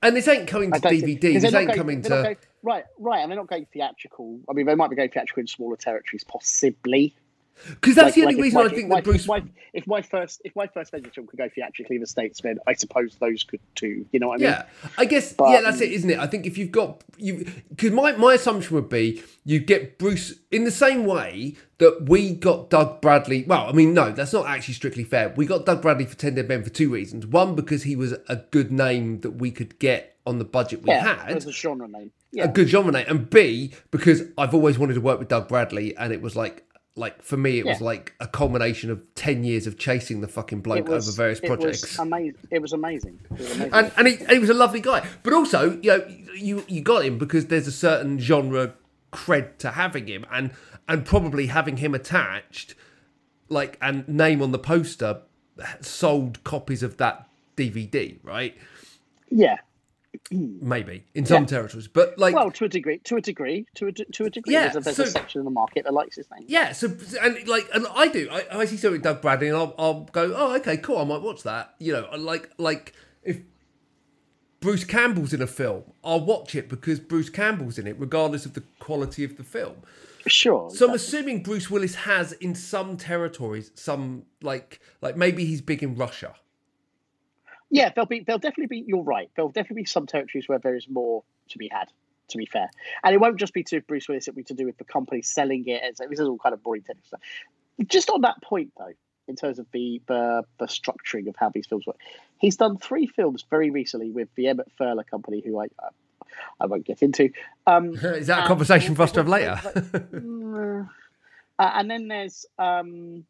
A: And this ain't coming to
B: I don't see-
A: DVD. This
B: 'cause they're not
A: ain't
B: going-
A: coming
B: they're not
A: to.
B: going- right, right, and they're not going theatrical. I mean, they might be going theatrical in smaller territories, possibly.
A: Because that's
B: Like-
A: the only
B: like if
A: reason
B: my-
A: I think
B: if my-
A: that Bruce.
B: If my, if my first, if my first Avengers film could go theatrically in the states, then I suppose those could too. You know what I mean?
A: Yeah, I guess.
B: But-
A: yeah, that's it, isn't it? I think if you've got you, because my my assumption would be you get Bruce in the same way that we got Doug Bradley. Well, I mean, no, that's not actually strictly fair. We got Doug Bradley for Ten Dead Men for two reasons. One, because he was a good name that we could get on the budget we
B: yeah.
A: had.
B: As a genre name. Yeah.
A: a good genre name, and B because I've always wanted to work with Doug Bradley, and it was like like for me it was
B: Yeah.
A: like a culmination of ten years of chasing the fucking bloke
B: It was-
A: over various
B: it
A: projects.
B: Was amazing. It was amazing. It was amazing.
A: and and he, and he was a lovely guy, but also you know you you got him because there's a certain genre cred to having him, and and probably having him attached, like and name on the poster, sold copies of that DVD, right?
B: yeah.
A: Maybe in some
B: Yeah.
A: territories, but like
B: Well, to a degree, to a degree, to a, de- to a degree,
A: Yeah,
B: there's, a, there's a
A: so-
B: section of the market that likes his name.
A: Yeah, so and like and I do. I, I see something Doug Bradley, and I'll, I'll go, oh, okay, cool. I might watch that. You know, I like like if Bruce Campbell's in a film, I'll watch it because Bruce Campbell's in it, regardless of the quality of the film.
B: Sure.
A: So I'm assuming Bruce Willis has in some territories some like like maybe he's big in Russia. [LAUGHS]
B: Yeah, there'll be there'll definitely be. You're right. There'll definitely be some territories where there is more to be had. To be fair, and it won't just be to Bruce Willis. It'll be to do with the company selling it. And so this is all kind of boring technical stuff. Just on that point, though, in terms of the the, the structuring of how these films work, he's done three films very recently with the Emmett Furler company, who I I, I won't get into. Um,
A: Is that a
B: Um,
A: conversation for us to have
B: what-
A: later? [LAUGHS]
B: Mm, uh, and then there's um,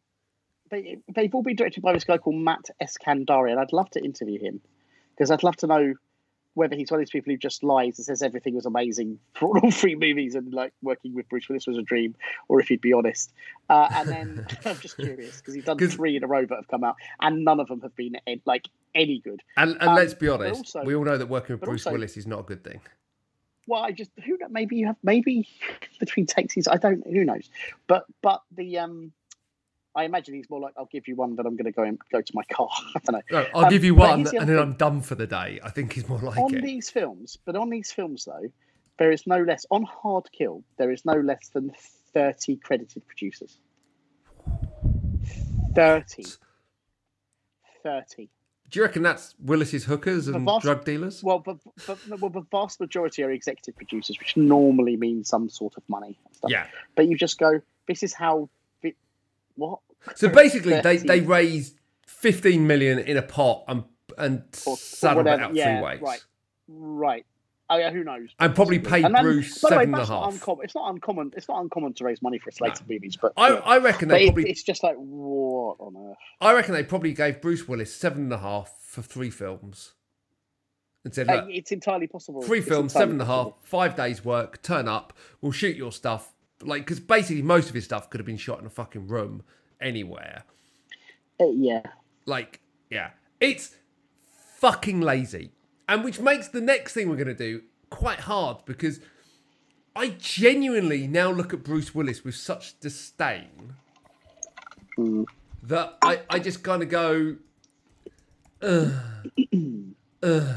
B: they they've all been directed by this guy called Matt Eskandari, and I'd love to interview him because I'd love to know whether he's one of these people who just lies and says everything was amazing for all three movies and like working with Bruce Willis was a dream, or if he'd be honest. Uh, and then [LAUGHS] I'm just curious because he's done
A: 'Cause-
B: three in a row that have come out, and none of them have been eh, like any good.
A: and and
B: Um,
A: let's be
B: but
A: honest,
B: also-
A: we all know that working with
B: but
A: Bruce
B: also-
A: Willis is not a good
B: [LAUGHS]
A: thing.
B: well, I just who kn- maybe you have maybe between takes he's I don't who knows, but but the um, I imagine he's more like I'll give you one, but I'm going to go and go to my car. [LAUGHS] I don't know.
A: No, I'll
B: Um,
A: give you
B: but
A: one,
B: here's the
A: and
B: other
A: then
B: thing.
A: I'm done for the day. I think is more like
B: on
A: it.
B: these films, but on these films though, there is no less on Hard Kill. There is no less than thirty credited producers. 30. 30.
A: Do you reckon that's Willis's hookers and
B: vast-
A: drug dealers?
B: Well, but, but, well, the vast majority are executive producers, which normally means some sort of money. And stuff.
A: yeah.
B: But you just go, this is how. vi- What?
A: So basically, they,
B: 30.
A: they raised 15 million in a pot and and
B: or
A: saddled it
B: whatever.
A: out
B: Yeah,
A: three ways.
B: right. Right. Oh yeah, who knows?
A: And probably
B: Possibly.
A: paid Bruce
B: by the way,
A: seven and a
B: that's not
A: half.
B: Uncommon. It's not uncommon. It's not uncommon to raise money for its later movies, but,
A: I,
B: yeah.
A: I reckon
B: but
A: they
B: it-
A: probably
B: it's just like what on earth?
A: I reckon they probably gave Bruce Willis seven and a half for three films, and said,
B: Uh,
A: "Look,
B: it's entirely possible.
A: three
B: It's
A: films,
B: entirely
A: seven and a half,
B: possible.
A: five days work. Turn up, we'll shoot your stuff." Like, because basically most of his stuff could have been shot in a fucking room anywhere.
B: Uh, yeah.
A: Like, yeah, it's fucking lazy, and which makes the next thing we're going to do quite hard because I genuinely now look at Bruce Willis with such disdain
B: Mm.
A: that I, I just kind of go, ugh, ugh.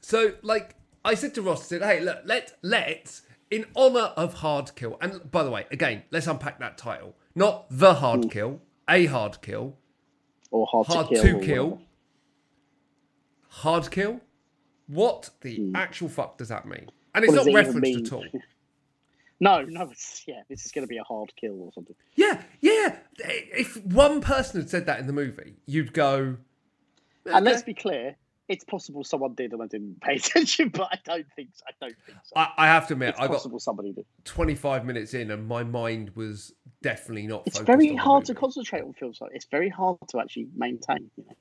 A: So, like, I said to Ross, I said, hey, look, let, let's, in honor of Hard Kill, and by the way, again, let's unpack that title. Not the Hard Kill, a Hard Kill,
B: Or hard,
A: hard
B: to kill.
A: to
B: or
A: kill,
B: whatever.
A: hard kill. What the actual fuck does that mean? And it's
B: Hmm.
A: not
B: What does it even
A: referenced
B: mean?
A: at all.
B: No, no. It's, yeah, this is going to be a hard kill or something.
A: Yeah, yeah. If one person had said that in the movie, you'd go.
B: And let's
A: "Okay."
B: be clear, it's possible someone did and I didn't pay [LAUGHS] attention, but I don't think so. I don't think so.
A: I, I have to admit,
B: it's
A: I got
B: possible somebody did.
A: 25 minutes in and my mind was definitely not.
B: It's
A: focused
B: very
A: on the
B: hard to
A: movie.
B: concentrate on films like it's very hard to actually maintain. You know?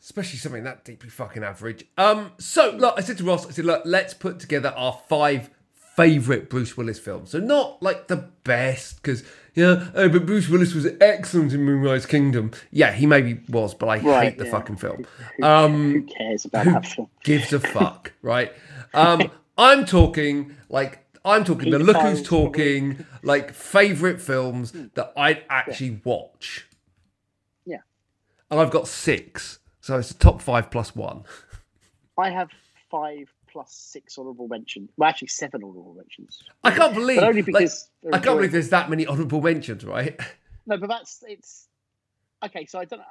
A: especially something that deeply fucking average. Um, so look, I said to Ross, I said, look, let's put together our five favorite Bruce Willis films. So not like the best, because you know, oh, but Bruce Willis was excellent in Moonrise Kingdom. Yeah, he maybe was, but I
B: Right,
A: hate the
B: yeah.
A: fucking
B: [LAUGHS]
A: film.
B: Who,
A: Um,
B: who cares
A: [LAUGHS]
B: about that film?
A: gives a fuck, right? Um, I'm talking like I'm talking the
B: Pete
A: look who's
B: Holmes,
A: talking like favorite films that I'd actually watch.
B: Hmm. Yeah.
A: and I've got six. So it's the top five plus one.
B: I have five plus six honourable mentions. Well, actually, seven honourable mentions.
A: I can't believe.
B: But only
A: like,
B: because
A: I can't believe there's that many honourable mentions, right? [LAUGHS]
B: No, but that's it's okay. So I don't.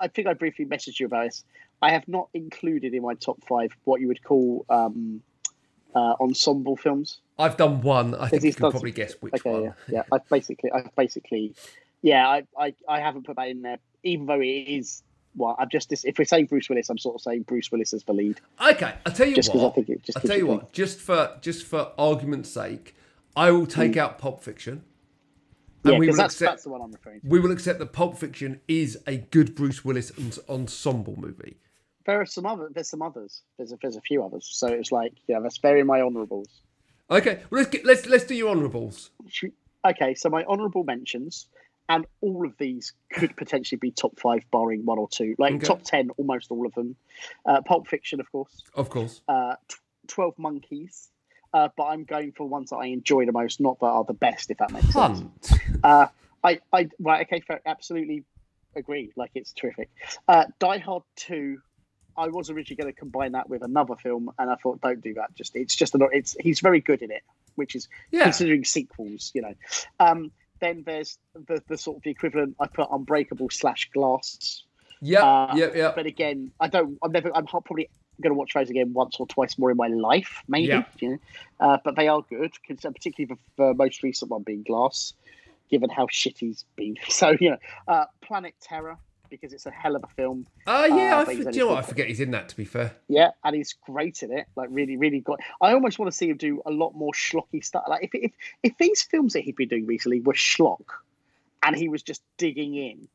B: I think I briefly messaged you about this. I have not included in my top five what you would call um, uh, ensemble films.
A: I've done one. I think
B: he
A: you can
B: does-
A: probably guess which
B: Okay,
A: one.
B: yeah, yeah. I basically, I basically, yeah. I, I, I haven't put that in there, even though it is. Well, I'm just this. If we're saying Bruce Willis, I'm sort of saying Bruce Willis as the lead,
A: Okay, I'll tell you
B: just because I
A: what.
B: think it. Just
A: I'll
B: 'cause
A: tell
B: it
A: you
B: think-
A: what. Just for just for argument's sake, I will take out Pulp Fiction, and
B: Hmm. Yeah,
A: we
B: because
A: will
B: that's
A: accept
B: that's the one I'm referring to.
A: we will accept that Pulp Fiction is a good Bruce Willis en- ensemble movie.
B: There are some other. There's some others. There's a, there's a few others. So it's like, yeah, that's very my honourables.
A: Okay, well, let's get, let's let's do your honourables.
B: Should- Okay, so my honourable mentions, and all of these could potentially be top five, barring one or two, like
A: Okay.
B: top ten, almost all of them. Uh, Pulp Fiction, of course.
A: Of course.
B: uh, tw- 12 Monkeys, uh, but I'm going for ones that I enjoy the most, not that are the best, if that makes sense.
A: Hunt.
B: Uh, I, I, right, okay, fair, absolutely agree. Like, it's terrific. Uh, Die Hard 2, I was originally going to combine that with another film, and I thought, don't do that. Just It's just, a, lot- it's he's very good in it, which is
A: Yeah.
B: considering sequels, you know. Um, then there's the, the sort of the equivalent, I put Unbreakable slash Glass,
A: Yep.
B: uh,
A: yep. Yep.
B: but again, I don't. I'm never. I'm ho- probably going to watch those again once or twice more in my life, maybe.
A: Yeah.
B: You know? uh, but they are good, 'cause- uh, particularly the, the most recent one being Glass, given how shit he's been. [LAUGHS] So you know, uh, Planet Terror because it's a hell of a film.
A: Uh, yeah.
B: uh,
A: I
B: but he's
A: f- do you
B: only
A: know what? I
B: four-
A: forget he's in that. To be fair.
B: Yeah, and he's great in it. Like really, really got. I almost want to see him do a lot more schlocky stuff. Like if if if these films that he'd been doing recently were schlock, and he was just digging in,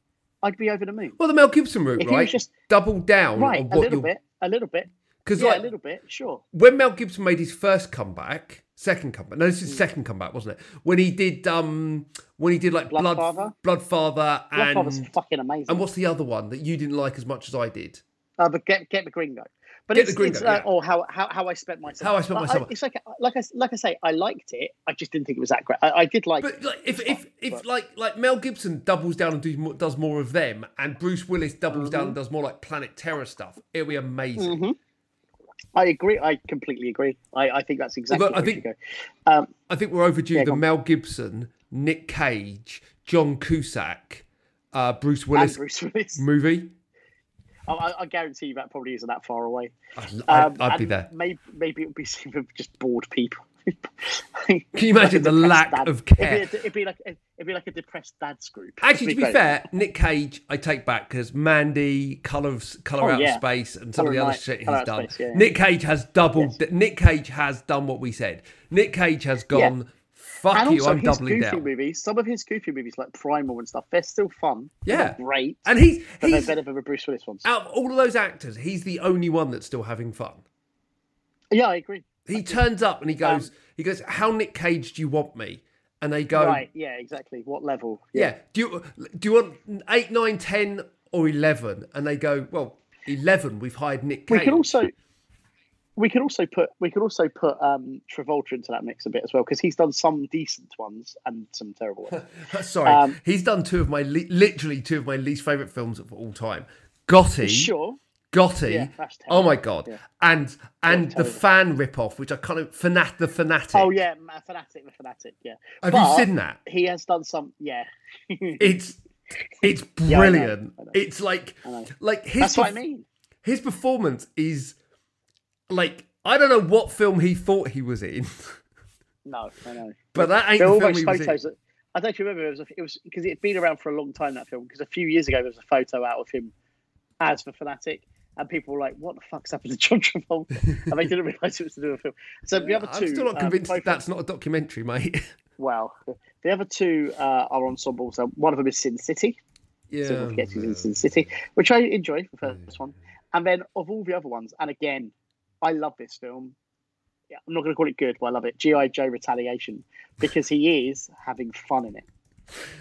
B: I'd be over the moon.
A: Well, the Mel Gibson route,
B: If he was
A: right?
B: just-
A: Double down
B: Right,
A: on Mm,
B: a
A: what
B: little
A: you
B: bit, a little bit.
A: because
B: Yeah,
A: like
B: a little bit, Hmm. sure.
A: when Mel Gibson made his first comeback, second comeback. No, this is second comeback, wasn't it? When he did um when he did like Blood
B: Bloodfather?
A: Bloodfather and
B: Godfather's fucking amazing.
A: and what's the other one that you didn't like as much as I did?
B: uh, but get get the gringo. But
A: Get
B: it's,
A: the Gringo,
B: it's uh,
A: yeah.
B: or how, how how I spent my summer.
A: How I Spent My
B: Like,
A: Summer.
B: it's like like I like I say, I liked it. I just didn't think it was that great. I, I did like.
A: But like, if if if like like Mel Gibson doubles down and do, mo- does more of them, and Bruce Willis doubles
B: Mm-hmm.
A: down and does more like Planet Terror stuff, it'll be amazing.
B: Mhm. I agree. I completely agree. I, I think that's exactly.
A: Although I
B: where we
A: think-
B: should go. Um,
A: I think we're overdue
B: Yeah,
A: the
B: go on.
A: Mel Gibson, Nick Cage, John Cusack, uh, Bruce Willis
B: and Bruce Willis.
A: movie.
B: I- I, I guarantee you that probably isn't that far away.
A: I'd, I'd,
B: Um,
A: I'd be
B: and
A: there.
B: Maybe maybe it would be [LAUGHS] seen with just bored people.
A: Can you
B: [LAUGHS]
A: imagine the lack of care?
B: It'd be, it'd be like it'd be like a depressed dad's group.
A: Actually, to
B: It'd
A: be
B: great.
A: fair, Nick Cage, I take back because Mandy, Color of Color
B: Oh,
A: Out
B: yeah.
A: of Space, and some
B: Colour
A: of the
B: of
A: other
B: Night-
A: shit he's
B: Colour Out of
A: done.
B: Space, yeah, yeah.
A: Nick Cage has doubled. Nick Cage has done what we said. Nick Cage has gone. Fuck
B: and
A: you!
B: also
A: I'm
B: his
A: doubling
B: goofy
A: down.
B: movies. Some of his goofy movies, like Primal and stuff, they're still fun. They're
A: Yeah.
B: not great,
A: And he's
B: but they're
A: he's
B: better than the Bruce Willis ones.
A: out of all of those actors, he's the only one that's still having fun.
B: yeah, I agree.
A: He turns up and he goes, he goes, "How Nick Cage do you want me?" And they go,
B: Right? Yeah, exactly. What level?
A: Yeah. Do you do you want eight, nine, ten, or eleven? And they go, well, eleven. We've hired Nick.
B: We
A: Cage.
B: could also. We could also put we could also put um, Travolta into that mix a bit as well because he's done some decent ones and some terrible
A: [LAUGHS]
B: ones.
A: [LAUGHS] Sorry,
B: um,
A: he's done two of my le- literally two of my least favorite films of all time. Gotti,
B: sure,
A: Gotti.
B: Yeah, that's
A: oh
B: terrible.
A: my god! And and the
B: terrible.
A: fan ripoff, which I kind of fanat the fanatic.
B: oh yeah, Ma- fanatic, the fanatic, yeah.
A: Have
B: But
A: you seen that?
B: He has done some, yeah.
A: It's it's
B: know, I
A: brilliant.
B: know.
A: It's like like his
B: That's what I
A: perf-
B: mean.
A: his performance is like I don't know what film he thought he was in, [LAUGHS]
B: No, I know.
A: but that ain't
B: There are
A: the film
B: all those
A: he was in.
B: photos. That, I don't actually remember. It was a- it was because it had been around for a long time that film. Because a few years ago there was a photo out of him as the fanatic, and people were like, "What the fuck's happened to [LAUGHS] John Travolta?" and they didn't realise it was to do with a film. So the other two,
A: I'm still not
B: uh,
A: convinced
B: both-
A: that's not a documentary, mate. [LAUGHS]
B: well, the other two uh, are ensembles. Uh, One of them is Sin City. So
A: yeah.
B: don't forget he's in Sin City, which I enjoyed the first one, and then of all the other ones, and again, I love this film. Yeah, I'm not going to call it good, but I love it. GI Joe Retaliation because he is having fun in it.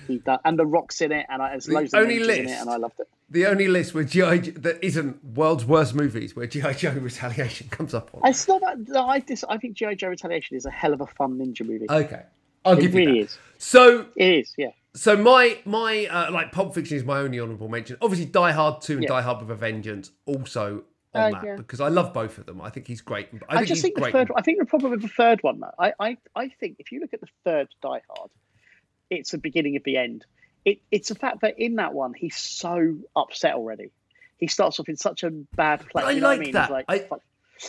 B: He does, and the rocks in it, and I, there's loads of
A: only
B: ninjas in it,
A: list-
B: and I loved it.
A: The only list where GI J- that isn't world's worst movies where GI Joe [LAUGHS] Retaliation comes up on.
B: It's not that no, I dis, I think GI Joe Retaliation is a hell of a fun ninja movie.
A: Okay, I'll
B: it
A: give
B: really
A: you that.
B: is.
A: So
B: It is, yeah.
A: So my my uh, like Pulp Fiction is my only honourable mention. Obviously, Die Hard Two and
B: Yeah.
A: Die Hard with a Vengeance also on
B: Uh,
A: that
B: yeah.
A: because I love both of them. I think he's great. I, think
B: I, just
A: he's
B: think the
A: great.
B: third. I think the problem with the third one, though, I, I, I think if you look at the third Die Hard, it's the beginning of the end. It, it's the fact that in that one, he's so upset already. He starts off in such a bad place.
A: I
B: you know what
A: like
B: I mean?
A: that.
B: He's like,
A: I-
B: fuck.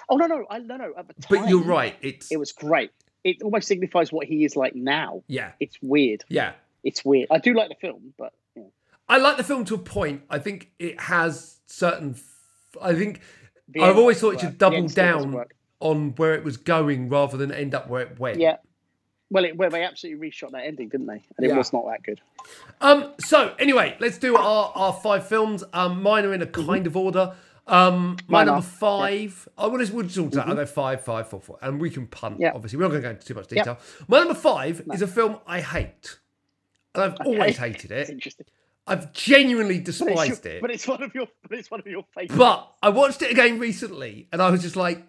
B: Oh no, no, I no, no. At the time,
A: but you're right. It's
B: It was great. It almost signifies what he is like now.
A: yeah,
B: It's weird.
A: yeah.
B: It's weird. I do like the film, but yeah.
A: I like the film to a point. I think it has certain. f- I think
B: The
A: I've
B: end
A: always thought it
B: doesn't
A: should
B: work. The
A: double
B: end still doesn't
A: down
B: work.
A: on where it was going rather than end up where it went.
B: Yeah. Well, it, well, they absolutely reshot that ending, didn't they? And it
A: Yeah.
B: was not that good.
A: Um. So anyway, let's do our our five films. Um. Mine are in a kind of order. Um. My
B: Mm-hmm. Mine
A: number
B: are, Mm-hmm.
A: five. I want to we'll just talk to that. I'll go five, five, four, four, and we can punt.
B: Yeah.
A: Obviously, we're not going to go into too much
B: Yeah.
A: detail. My number five is a film I hate. And I've always hated
B: It's
A: it.
B: interesting.
A: I've genuinely
B: [LAUGHS] But it's,
A: despised
B: your,
A: it.
B: but it's one of your but it's one of your favorites.
A: But I watched it again recently, and I was just like,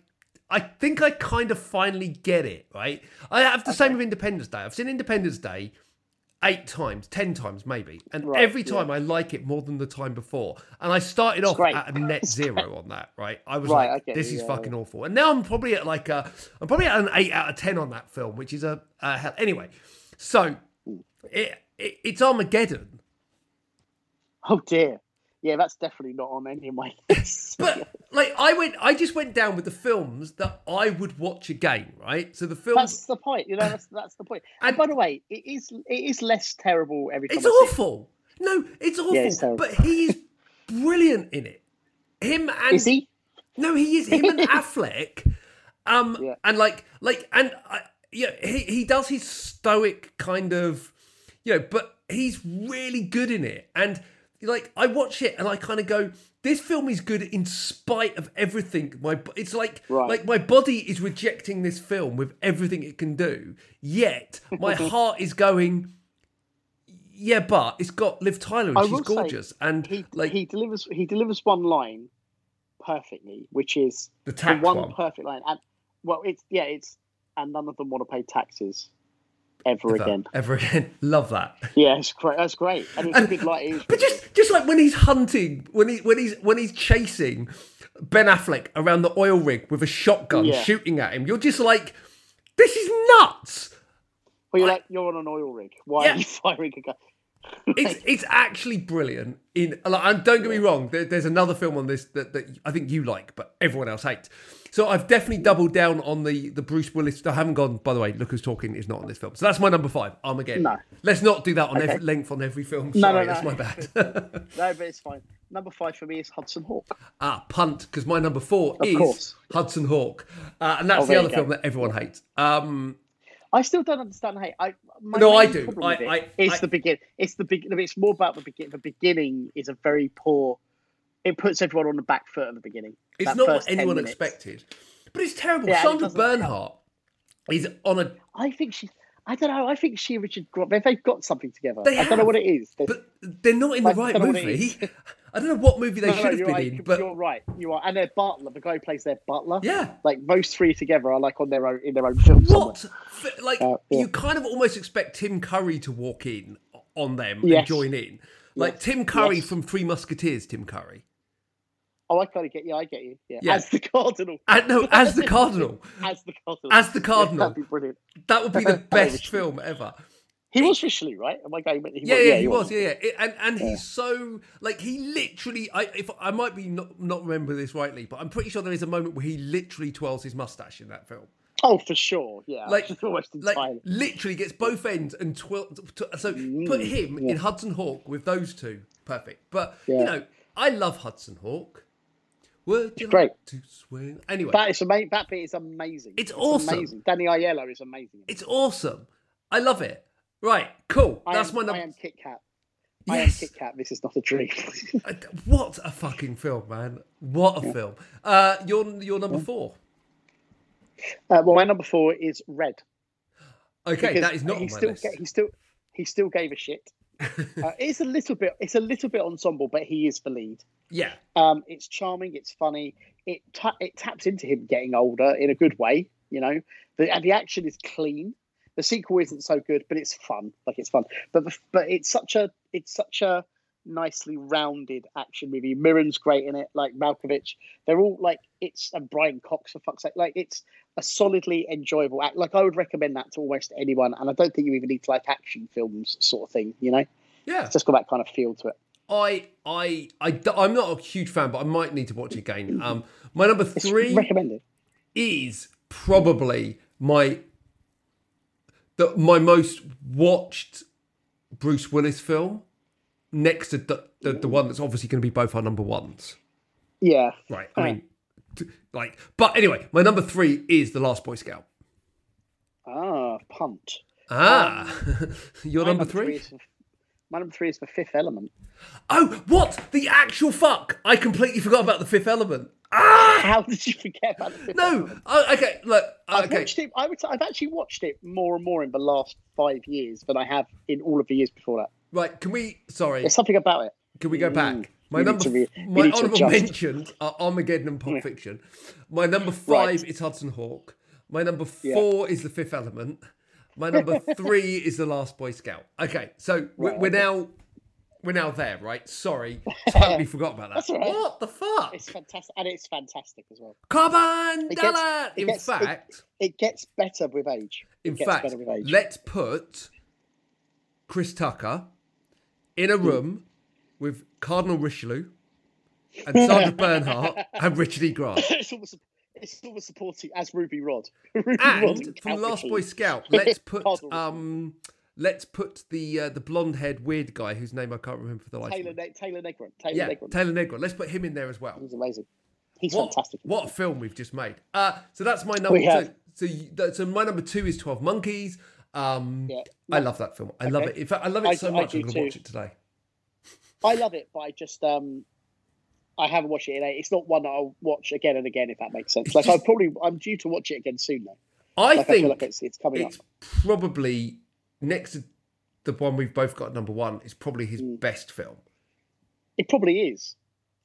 A: I think I kind of finally get it, right? I have the same with Independence Day. I've seen Independence Day eight times, ten times maybe, and
B: Right,
A: every
B: yeah.
A: time I like it more than the time before. And I started off
B: great.
A: at a net zero on that, right? I was
B: Right,
A: like,
B: okay,
A: this is
B: yeah,
A: fucking awful. And now I'm probably at like a, I'm probably at an eight out of ten on that film, which is a, a hell. Anyway, so
B: Hmm.
A: it, it it's Armageddon.
B: oh dear. Yeah, that's definitely not on
A: [LAUGHS]
B: any of my lists.
A: But like I went, I just went down with the films that I would watch again, right? So the films,
B: that's the point, you know. That's that's the point. And,
A: And-
B: by the way, it is it is less terrible every time.
A: it's
B: I see it.
A: awful. No, it's awful.
B: it's terrible.
A: but he is brilliant in it. Him and
B: Is he?
A: no, he is
B: [LAUGHS]
A: him and Affleck. Um,
B: Yeah.
A: and like, like, and I, yeah, he he does his stoic kind of, you know, but he's really good in it. And like, I watch it and I kind of go, this film is good in spite of everything. My, bo- it's like,
B: Right.
A: like my body is rejecting this film with everything it can do. Yet
B: [LAUGHS]
A: my heart is going. Yeah, but it's got Liv Tyler and
B: I
A: she's
B: will say,
A: gorgeous, and
B: He
A: like
B: he delivers he delivers one line perfectly, which is
A: the tax
B: one,
A: one.
B: perfect line. And well, it's yeah, it's and none of them want to pay taxes ever again.
A: ever again. [LAUGHS] Love that.
B: Yeah, it's great. That's great, and it's a good line. It is
A: But just just like when he's hunting, when he when he's when he's chasing Ben Affleck around the oil rig with a shotgun
B: Yeah.
A: shooting at him, you're just like, this is nuts.
B: Well, you're like you're on an oil rig. Why
A: Yeah.
B: are you [LAUGHS] firing a gun?
A: It's it's actually brilliant. In like, and don't get me wrong, there, there's another film on this that, that I think you like, but everyone else hates. So I've definitely doubled down on the the Bruce Willis. I haven't gone. By the way, look who's talking is not on this film. So that's my number five. Armageddon.
B: No.
A: Let's not do that on every length on every film.
B: no,
A: Sorry,
B: no.
A: that's my bad. [LAUGHS]
B: No, but it's fine. Number five for me is Hudson Hawk.
A: Ah, punt, because my number four is
B: course.
A: Hudson Hawk, uh, and that's
B: Oh,
A: the
B: there
A: other
B: you go.
A: film that everyone hates. Um,
B: I still don't understand. Hey, I my
A: No, I
B: main
A: do.
B: problem with
A: I-
B: it
A: I-
B: is
A: I-
B: the begin. It's the begin. It's more about the begin. The beginning is a very poor. It puts everyone on the back foot at the beginning.
A: it's
B: That
A: not
B: first
A: what
B: 10
A: anyone
B: minutes.
A: expected, but it's terrible.
B: Yeah, and it
A: Sandra
B: doesn't help.
A: Bernhardt is on a,
B: I think she. I don't know. I think she and Richard Grant. They've they've got something together.
A: They
B: I don't know
A: have.
B: what it is. There's-
A: but they're not in the
B: Like,
A: right
B: I don't know what it
A: movie. [LAUGHS] I don't know what movie they
B: No, no,
A: should have
B: you're
A: been
B: right.
A: in, but
B: you're right. You are, and their butler, the guy who plays their butler.
A: Yeah.
B: like those three together are like on their own in their own film. somewhere.
A: what? F- Like
B: Uh, yeah.
A: you kind of almost expect Tim Curry to walk in on them and
B: Yes.
A: join in, like
B: Yes.
A: Tim Curry
B: Yes.
A: from Three Musketeers. Tim Curry,
B: Oh, I kind of get you. I get you. Yeah,
A: Yeah.
B: as the [LAUGHS] cardinal.
A: and no,
B: [LAUGHS]
A: as the Cardinal,
B: As the cardinal.
A: as the
B: Yeah,
A: Cardinal,
B: That'd be brilliant.
A: that would
B: [LAUGHS]
A: be the best
B: wish-
A: film ever.
B: He was Richelieu, right? Am I going? He
A: yeah,
B: was,
A: yeah, he was. Yeah, yeah, It- and and he's so like he literally. I if I might be not not remember this rightly, but I'm pretty sure there is a moment where he literally twirls his mustache in that film.
B: Oh, for sure. Yeah,
A: Like-
B: [LAUGHS] almost
A: Like
B: entirely.
A: literally gets both ends and twirl. T- so put
B: Mm.
A: him in Hudson Hawk with those two, perfect. But you
B: Yeah.
A: know, I love Hudson Hawk. Would you
B: Great.
A: like to swing? Anyway,
B: that is amazing. That bit is amazing.
A: It's awesome.
B: Amazing. Danny Aiello is amazing.
A: it's awesome. I love it. Right, cool.
B: I
A: That's
B: am,
A: my
B: I
A: number.
B: am Kit Kat. I am
A: Yes.
B: Kit Kat. This is not
A: [LAUGHS]
B: a dream. [LAUGHS]
A: What a fucking film, man! What a film. Uh, you're you're number four.
B: uh, well, my number four is Red.
A: Okay,
B: because
A: that is not
B: he
A: on my
B: still
A: list.
B: ga- he still he still gave
A: [LAUGHS]
B: a shit. uh, it's a little bit it's a little bit ensemble, but he is the lead.
A: Yeah,
B: Um, it's charming. It's funny. It ta- it taps into him getting older in a good way. You know, the, and the action is clean. The sequel isn't so good, but it's fun. Like it's fun. But the, but it's such a it's such a nicely rounded action movie. Mirren's great in it. Like Malkovich, they're all like it's and Brian Cox for fuck's sake. Like it's a solidly enjoyable act. Like I would recommend that to almost anyone. And I don't think you even need to like action films sort of thing. You know,
A: Yeah.
B: it's just got that kind of feel to it.
A: I, I, I, am not a huge fan, but I might need to watch it again. Um, my number
B: It's
A: three
B: recommended.
A: is probably my the, my most watched Bruce Willis film, next to the, the, the one that's obviously going to be both our number ones.
B: Yeah.
A: Right. I mean, t- like, but anyway, my number three is The Last Boy Scout.
B: Ah, pumped.
A: Ah, [LAUGHS] your
B: My
A: number three?
B: is- my number three is the Fifth Element. [LAUGHS]
A: Oh, what the actual fuck? I completely forgot about the Fifth Element. Ah,
B: How did you forget about the Fifth
A: no. Oh, okay, look.
B: I've
A: Okay,
B: watched it. I would. say I've actually watched it more and more in the last five years than I have in all of the years before that.
A: right. Can we? Sorry.
B: There's something about it.
A: Can we go back? My
B: Mm. we need
A: number,
B: to re-
A: f-
B: we
A: my
B: need to
A: honourable
B: adjust.
A: mentions are Armageddon and Pulp Fiction. My number
B: Right.
A: five is Hudson Hawk. My number
B: Yeah.
A: four is The Fifth Element. My
B: [LAUGHS]
A: number three is The Last Boy Scout. Okay, so we're,
B: Right,
A: we're
B: okay.
A: now we're now there, right?
B: [LAUGHS]
A: Sorry, totally forgot about that.
B: That's all right.
A: What the fuck?
B: It's fantastic, and it's fantastic as well.
A: Carbon
B: It gets-
A: Dallas.
B: it
A: In
B: gets- it-
A: fact,
B: It gets better with age. [LAUGHS] It
A: in
B: gets
A: fact,
B: better with age.
A: let's put Chris Tucker in
B: Hmm.
A: a room with Cardinal Richelieu and
B: [LAUGHS]
A: Sandra Bernhardt and Richard E. Grant.
B: it's almost. It's almost supporting as Ruby Rod. [LAUGHS] Ruby Rod
A: Ah, And from
B: Cal
A: Last Boy
B: Richards.
A: Scout, let's put
B: [LAUGHS] Cardinal Richelieu.
A: um, let's put the uh, the blonde haired weird guy whose name I can't remember for the life. of
B: Taylor
A: me.
B: ne- Taylor Negron. Taylor
A: Yeah,
B: Negron.
A: Taylor Negron. Let's put him in there as well.
B: He's amazing. He's
A: What-
B: fantastic.
A: What a film we've just made. Uh, so that's my number.
B: We
A: so,
B: have.
A: so, you, that, so my number two is Twelve Monkeys. Um,
B: Yeah.
A: I love that film. I love it. In fact, I love it
B: I-
A: so
B: I
A: much.
B: do
A: I'm going to watch
B: too.
A: it today.
B: I love it, but I just um, I haven't watched it. In a, it's not one that I'll watch again and again if that makes sense. Like I
A: just-
B: probably I'm due to watch it again soon though.
A: I
B: Like I,
A: think
B: feel like it's it's coming
A: it's
B: up.
A: probably next to the one we've both got number one is probably his
B: Mm.
A: best film.
B: It probably is.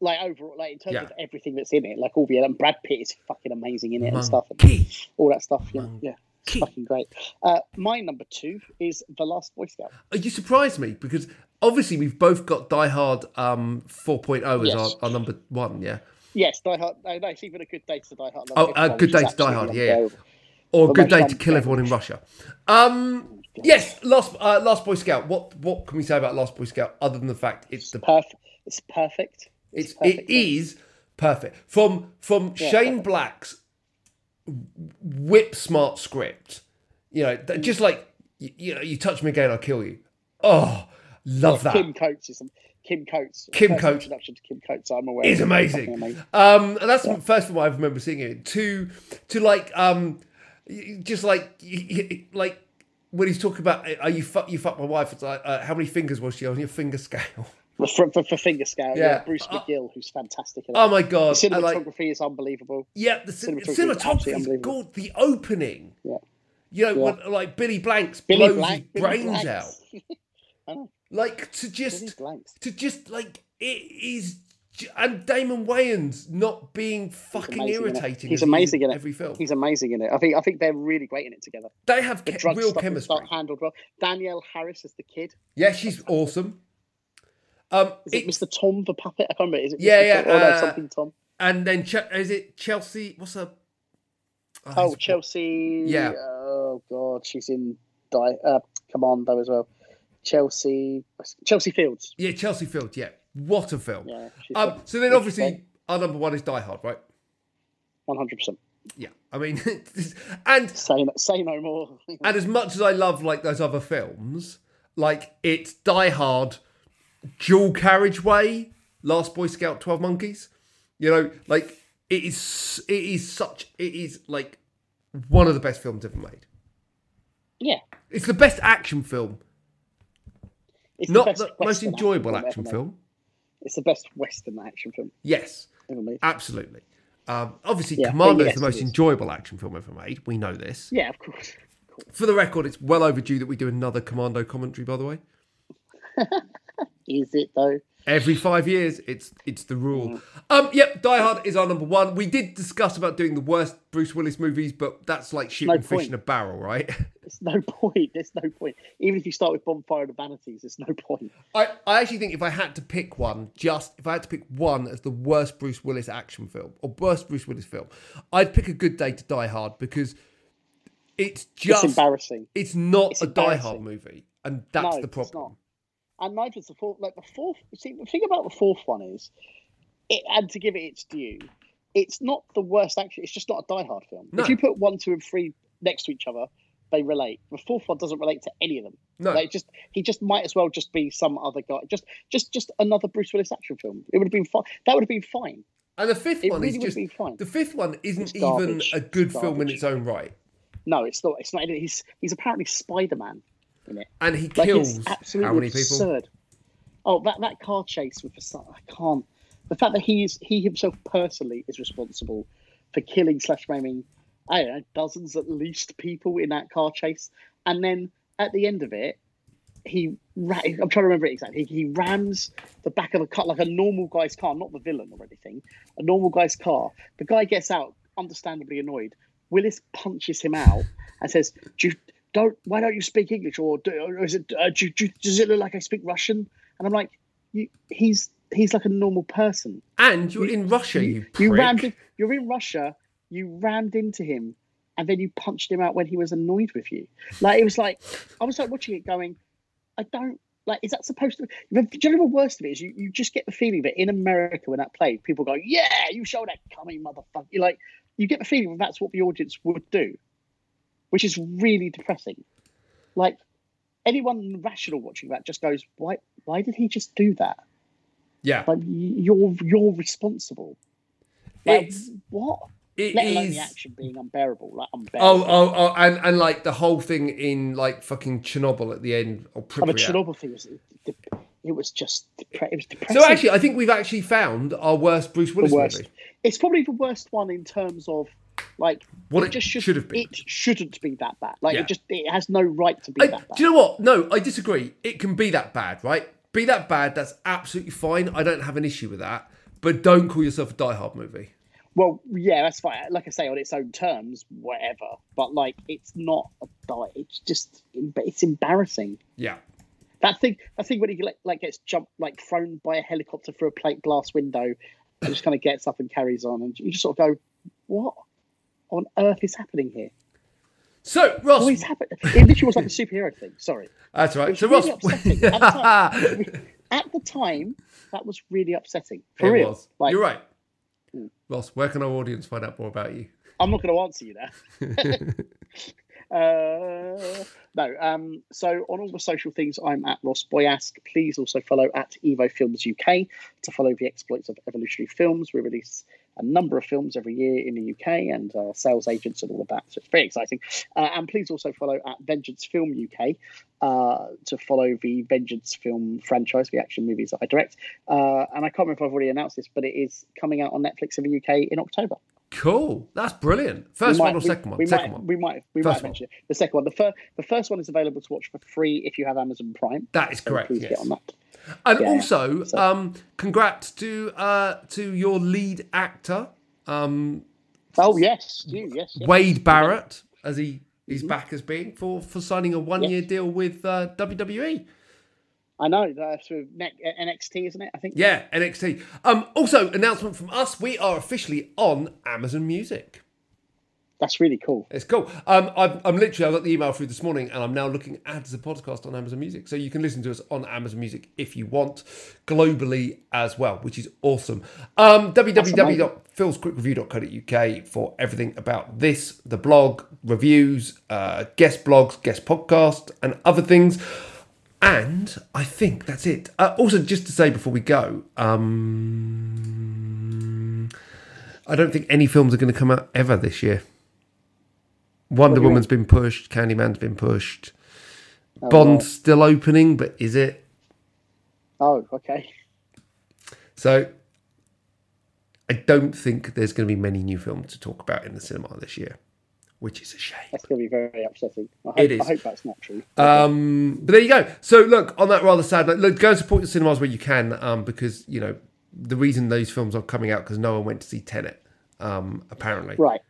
B: Like overall, like in terms
A: Yeah.
B: of everything that's in it, like all the and Brad Pitt is fucking amazing in it and stuff, and
A: Monkey.
B: all that stuff. Yeah, yeah, it's
A: Key.
B: fucking great. Uh, my number two is The Last Boy Scout.
A: Uh, You surprised me because obviously we've both got Die Hard um, 4.0 as
B: Yes.
A: our, our number one, yeah,
B: Yes, Die Hard. No, no, it's even a good day to Die Hard.
A: Oh,
B: It's
A: uh,
B: one
A: Good
B: which is
A: Day to Die
B: absolutely
A: Hard, yeah.
B: unbearable.
A: or
B: But
A: Good
B: my
A: Day to
B: son-
A: Kill Everyone in Russia. Um, yes, Last uh, Last Boy Scout. What what can we say about Last Boy Scout other than the fact it's the
B: Perfect. It's perfect.
A: It's
B: perfect.
A: it is perfect from from Shane Black's whip smart script. You know, that, just like you, you know, you touch me again, I'll kill you. Oh, love that.
B: Kim Coates is Kim Coates.
A: Kim
B: First
A: Coates.
B: Introduction to Kim Coates. I'm aware.
A: It's
B: of it.
A: amazing.
B: Fucking amazing.
A: Um, and that's the first one I remember seeing it. To to like um, y- just like y- y- like when he's talking about are you fuck you fuck my wife? It's like uh, how many fingers was she on your finger scale? [LAUGHS]
B: For, for, for finger scale, yeah.
A: Yeah.
B: Bruce
A: Uh,
B: McGill, who's fantastic. In it.
A: Oh my god! I
B: Cinematography
A: like
B: is unbelievable.
A: Yeah, the cin-
B: Cinematography is absolutely
A: cinematography is
B: unbelievable.
A: good. The opening.
B: Yeah.
A: You know, when, like Billy Blanks
B: Billy
A: blows
B: Blank,
A: his
B: [LAUGHS] Billy
A: brains
B: Blanks.
A: out.
B: I know.
A: Like to just
B: Billy Blanks.
A: to just like it is. j- And Damon Wayans not being fucking
B: amazing in it.
A: irritating. as he is
B: He's amazing in it.
A: every film.
B: He's amazing in it. I think I think they're really great in it together.
A: they have
B: The
A: ke-
B: drug
A: real
B: stuff is
A: chemistry.
B: not handled well. Danielle Harris is the kid.
A: Yeah, she's awesome. Um,
B: Is it
A: it-
B: Mr. Tom the puppet? I can't remember. Is it
A: Yeah,
B: Mr.
A: yeah,
B: Tom? Oh,
A: uh,
B: no, something Tom.
A: and then che- is it Chelsea? What's her?
B: Oh,
A: it's-
B: Chelsea.
A: Yeah.
B: Oh God, she's in Di- uh, Commando as well. Chelsea. Chelsea Fields.
A: Yeah, Chelsea Field. Yeah, what a film.
B: Yeah, she's
A: um, so then,
B: she's
A: obviously, our number one is Die Hard, right?
B: One hundred percent.
A: Yeah, I mean, [LAUGHS] and
B: Say no, say no more. [LAUGHS]
A: and as much as I love like those other films, like it's Die Hard, Dual Carriageway, Last Boy Scout, Twelve Monkeys. You know, like it is. It is such. It is like one of the best films ever made.
B: yeah,
A: It's the best action film,
B: it's
A: not
B: best
A: the, most
B: Western
A: enjoyable
B: ever
A: action
B: made.
A: film.
B: It's the best Western action film
A: Yes,
B: ever made.
A: absolutely. Um, obviously,
B: Yeah,
A: Commando
B: yes,
A: is the
B: it
A: most
B: is.
A: enjoyable action film ever made. We know this.
B: Yeah, of course. Of course.
A: For the record, it's well overdue that we do another Commando commentary. By the way,
B: Is it though?
A: Every five years, it's it's the
B: Mm.
A: rule. Um, yep, Die Hard is our number one. We did discuss about doing the worst Bruce Willis movies, but that's like shooting
B: No
A: fish
B: point.
A: in a barrel, right? [LAUGHS]
B: There's no [LAUGHS] point. There's no point. Even if you start with Bonfire of the Vanities, there's no point.
A: I, I actually think if I had to pick one, just if I had to pick one as the worst Bruce Willis action film or worst Bruce Willis film, I'd pick A Good Day to Die Hard because it's
B: It's
A: just
B: embarrassing.
A: it's not
B: It's
A: a Die Hard
B: embarrassing.
A: movie, and that's
B: no,
A: the problem.
B: It's not. And neither is the fourth. Like the fourth. See, the thing about the fourth one is, it, and to give it its due, it's not the worst action. It's just not a Die Hard film.
A: No.
B: If you put one, two, and three next to each other, they relate. The fourth one doesn't relate to any of them.
A: No.
B: Like just he just might as well just be some other guy. Just just just another Bruce Willis action film. It would have been fine. That would have been fine.
A: And the fifth
B: It
A: one
B: really
A: is
B: would
A: just
B: be fine.
A: the fifth one
B: It's
A: isn't even
B: garbage.
A: a good film in
B: Garbage.
A: its own right,
B: No, it's not. It's not. He's he's apparently Spider Man in it.
A: and he
B: Like
A: kills
B: it's absolutely
A: how many people?
B: absurd. Oh, that, that car chase with Versace, I can't. The fact that he is he himself personally is responsible for killing slash maiming, I don't know, dozens at least people in that car chase, and then at the end of it, he ra- I'm trying to remember it exactly. He rams the back of a car like a normal guy's car, not the villain or anything. A normal guy's car. The guy gets out, understandably annoyed. Willis punches him out and says, do you, "Don't. Why don't you speak English? Or, do, or is it? Uh, do, you- do, you- does it look like I speak Russian?" And I'm like, you, "He's he's like a normal person.
A: And you're in Russia, you
B: You
A: prick.
B: rammed. in- You're in Russia. You rammed into him, and then you punched him out when he was annoyed with you. Like it was like I was like watching it, going, I don't like. Is that supposed to? Do you know the worst of it is you, you just get the feeling that in America when that played, people go, "Yeah, you show that coming motherfucker." You're like, you get the feeling that that's what the audience would do, which is really depressing. Like anyone rational watching that just goes, "Why? Why did he just do that?"
A: yeah,
B: Like y- you're you're responsible. Like
A: It's-
B: what?
A: it
B: Let alone
A: is-
B: the action being unbearable. Like
A: Oh,
B: unbearable.
A: oh, oh, and and like the whole thing in like fucking Chernobyl at the end. Or
B: I mean,
A: Pripyat.
B: Chernobyl thing was it, it was just depre- it was depressing.
A: So actually, I think we've actually found our worst Bruce Willis
B: the worst.
A: movie.
B: It's probably the worst one in terms of like
A: What it should have been.
B: It shouldn't be that bad. Like
A: Yeah.
B: it just it has no right to be
A: I-
B: that bad.
A: do you know what? No, I disagree. It can be that bad, right? Be that bad. That's absolutely fine. I don't have an issue with that. But don't call yourself a Die Hard movie.
B: Well, yeah, that's fine. Like I say, on its own terms, whatever. But like, it's not a diet. It's just it's embarrassing.
A: Yeah,
B: That thing, that thing when he like, like gets jumped, like thrown by a helicopter through a plate glass window, and just kind of gets up and carries on, and you just sort of go, "What on earth is happening here?
A: So Ross,
B: What is happening?" It literally was like a superhero thing. Sorry,
A: that's right.
B: it's
A: So
B: really
A: Ross, [LAUGHS]
B: upsetting. At the, time, [LAUGHS] at the time, that was really upsetting. For
A: It
B: real,
A: was.
B: like Mm.
A: You're right. Ross, where can our audience find out more about you?
B: I'm not going to answer you now. uh, no. Um, so on all the social things, I'm at Ross Boyask. Please also follow at Evo Films UK to follow the exploits of evolutionary films. We release a number of films every year in the UK and our sales agents and all of that. So it's very exciting. Uh, and please also follow at Vengeance Film UK uh, to follow the Vengeance Film franchise, the action movies that I direct. Uh, and I can't remember if I've already announced this, but it is coming out on Netflix in the UK in October.
A: Cool. That's brilliant. First
B: We
A: one
B: might-
A: or
B: we-
A: second one?
B: We
A: Second
B: might,
A: one.
B: We might, we
A: First one.
B: might mention it. The second one. The, fir- the first one is available to watch for free if you have Amazon Prime.
A: That is correct.
B: Please
A: yes.
B: get on that.
A: And
B: Yeah,
A: also,
B: so-
A: um, congrats to uh, to your lead actor, um,
B: Oh, yes. You, yes. yes.
A: Wade Barrett, as he
B: Mm-hmm.
A: he's back as being for for signing a one year deal with uh, WWE.
B: I know. That's through uh, ne- NXT, isn't it? I think.
A: Yeah, NXT. Um, also, announcement from us: we are officially on Amazon Music.
B: That's really cool.
A: It's cool. Um, I've, I'm literally I got the email through this morning, and I'm now looking at the podcast on Amazon Music, so you can listen to us on Amazon Music if you want, globally as well, which is awesome. Um, www.philsquickreview.co.uk for everything about this, the blog, reviews, uh, guest blogs, guest podcast, and other things. And I think that's it. Uh, also, just to say before we go, um, I don't think any films are going to come out ever this year. Wonder Woman's been pushed. Candyman's been pushed. Bond's still opening, but is it?
B: Oh, okay. [LAUGHS]
A: So I don't think there's going to be many new films to talk about in the cinema this year, which is a shame.
B: That's going to be very upsetting. I hope,
A: It is.
B: I hope that's not true.
A: Um, but there you go. So look, on that rather sad note, look, go and support your cinemas where you can, um, because you know the reason those films are coming out because no one went to see Tenet. Um, apparently,
B: right.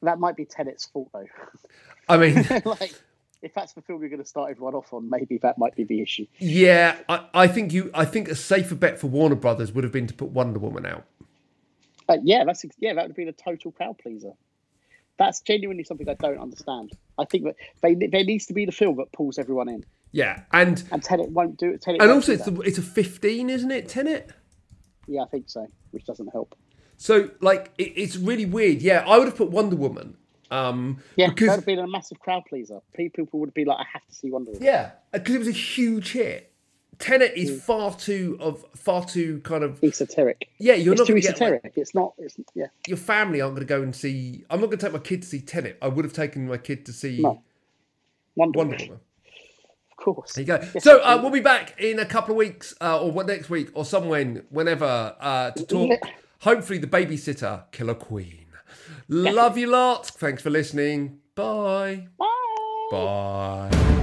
B: That might be Tenet's fault, though. [LAUGHS]
A: I mean,
B: like, if that's the film you're going to start everyone off on, maybe that might be the issue.
A: yeah, I, I think you, I think a safer bet for Warner Brothers would have been to put Wonder Woman out.
B: Uh, yeah, that's ex- yeah, that would be the total crowd pleaser. That's genuinely something I don't understand. I think that they, there needs to be the film that pulls everyone in,
A: Yeah, and
B: and Tenet won't do it. Tenet
A: and
B: won't
A: also
B: do
A: it's
B: that.
A: the, it's a fifteen, isn't it? Tenet.
B: yeah, I think so, which doesn't help.
A: So like it, it's really weird. Yeah, I would have put Wonder Woman. Um,
B: Yeah, that would
A: because
B: have been a massive crowd pleaser. Pe- People would be like, I have to see Wonder Woman.
A: yeah, because it was a huge hit. Tenet is far too of far too kind of
B: Esoteric.
A: yeah. You're
B: it's
A: not
B: too
A: going to get like,
B: esoteric. It's not. It's yeah.
A: your family aren't going to go and see. I'm not going to take my kid to see Tenet. I would have taken my kid to see
B: No.
A: Wonder
B: Wonder, Woman,
A: Woman.
B: of course.
A: There you go. So uh, we'll be back in a couple of weeks, uh, or what next week, or somewhen, whenever, uh, to talk.
B: Yeah.
A: Hopefully, the babysitter killer queen. Love you lot. Thanks for listening. Bye.
B: Bye.
A: Bye.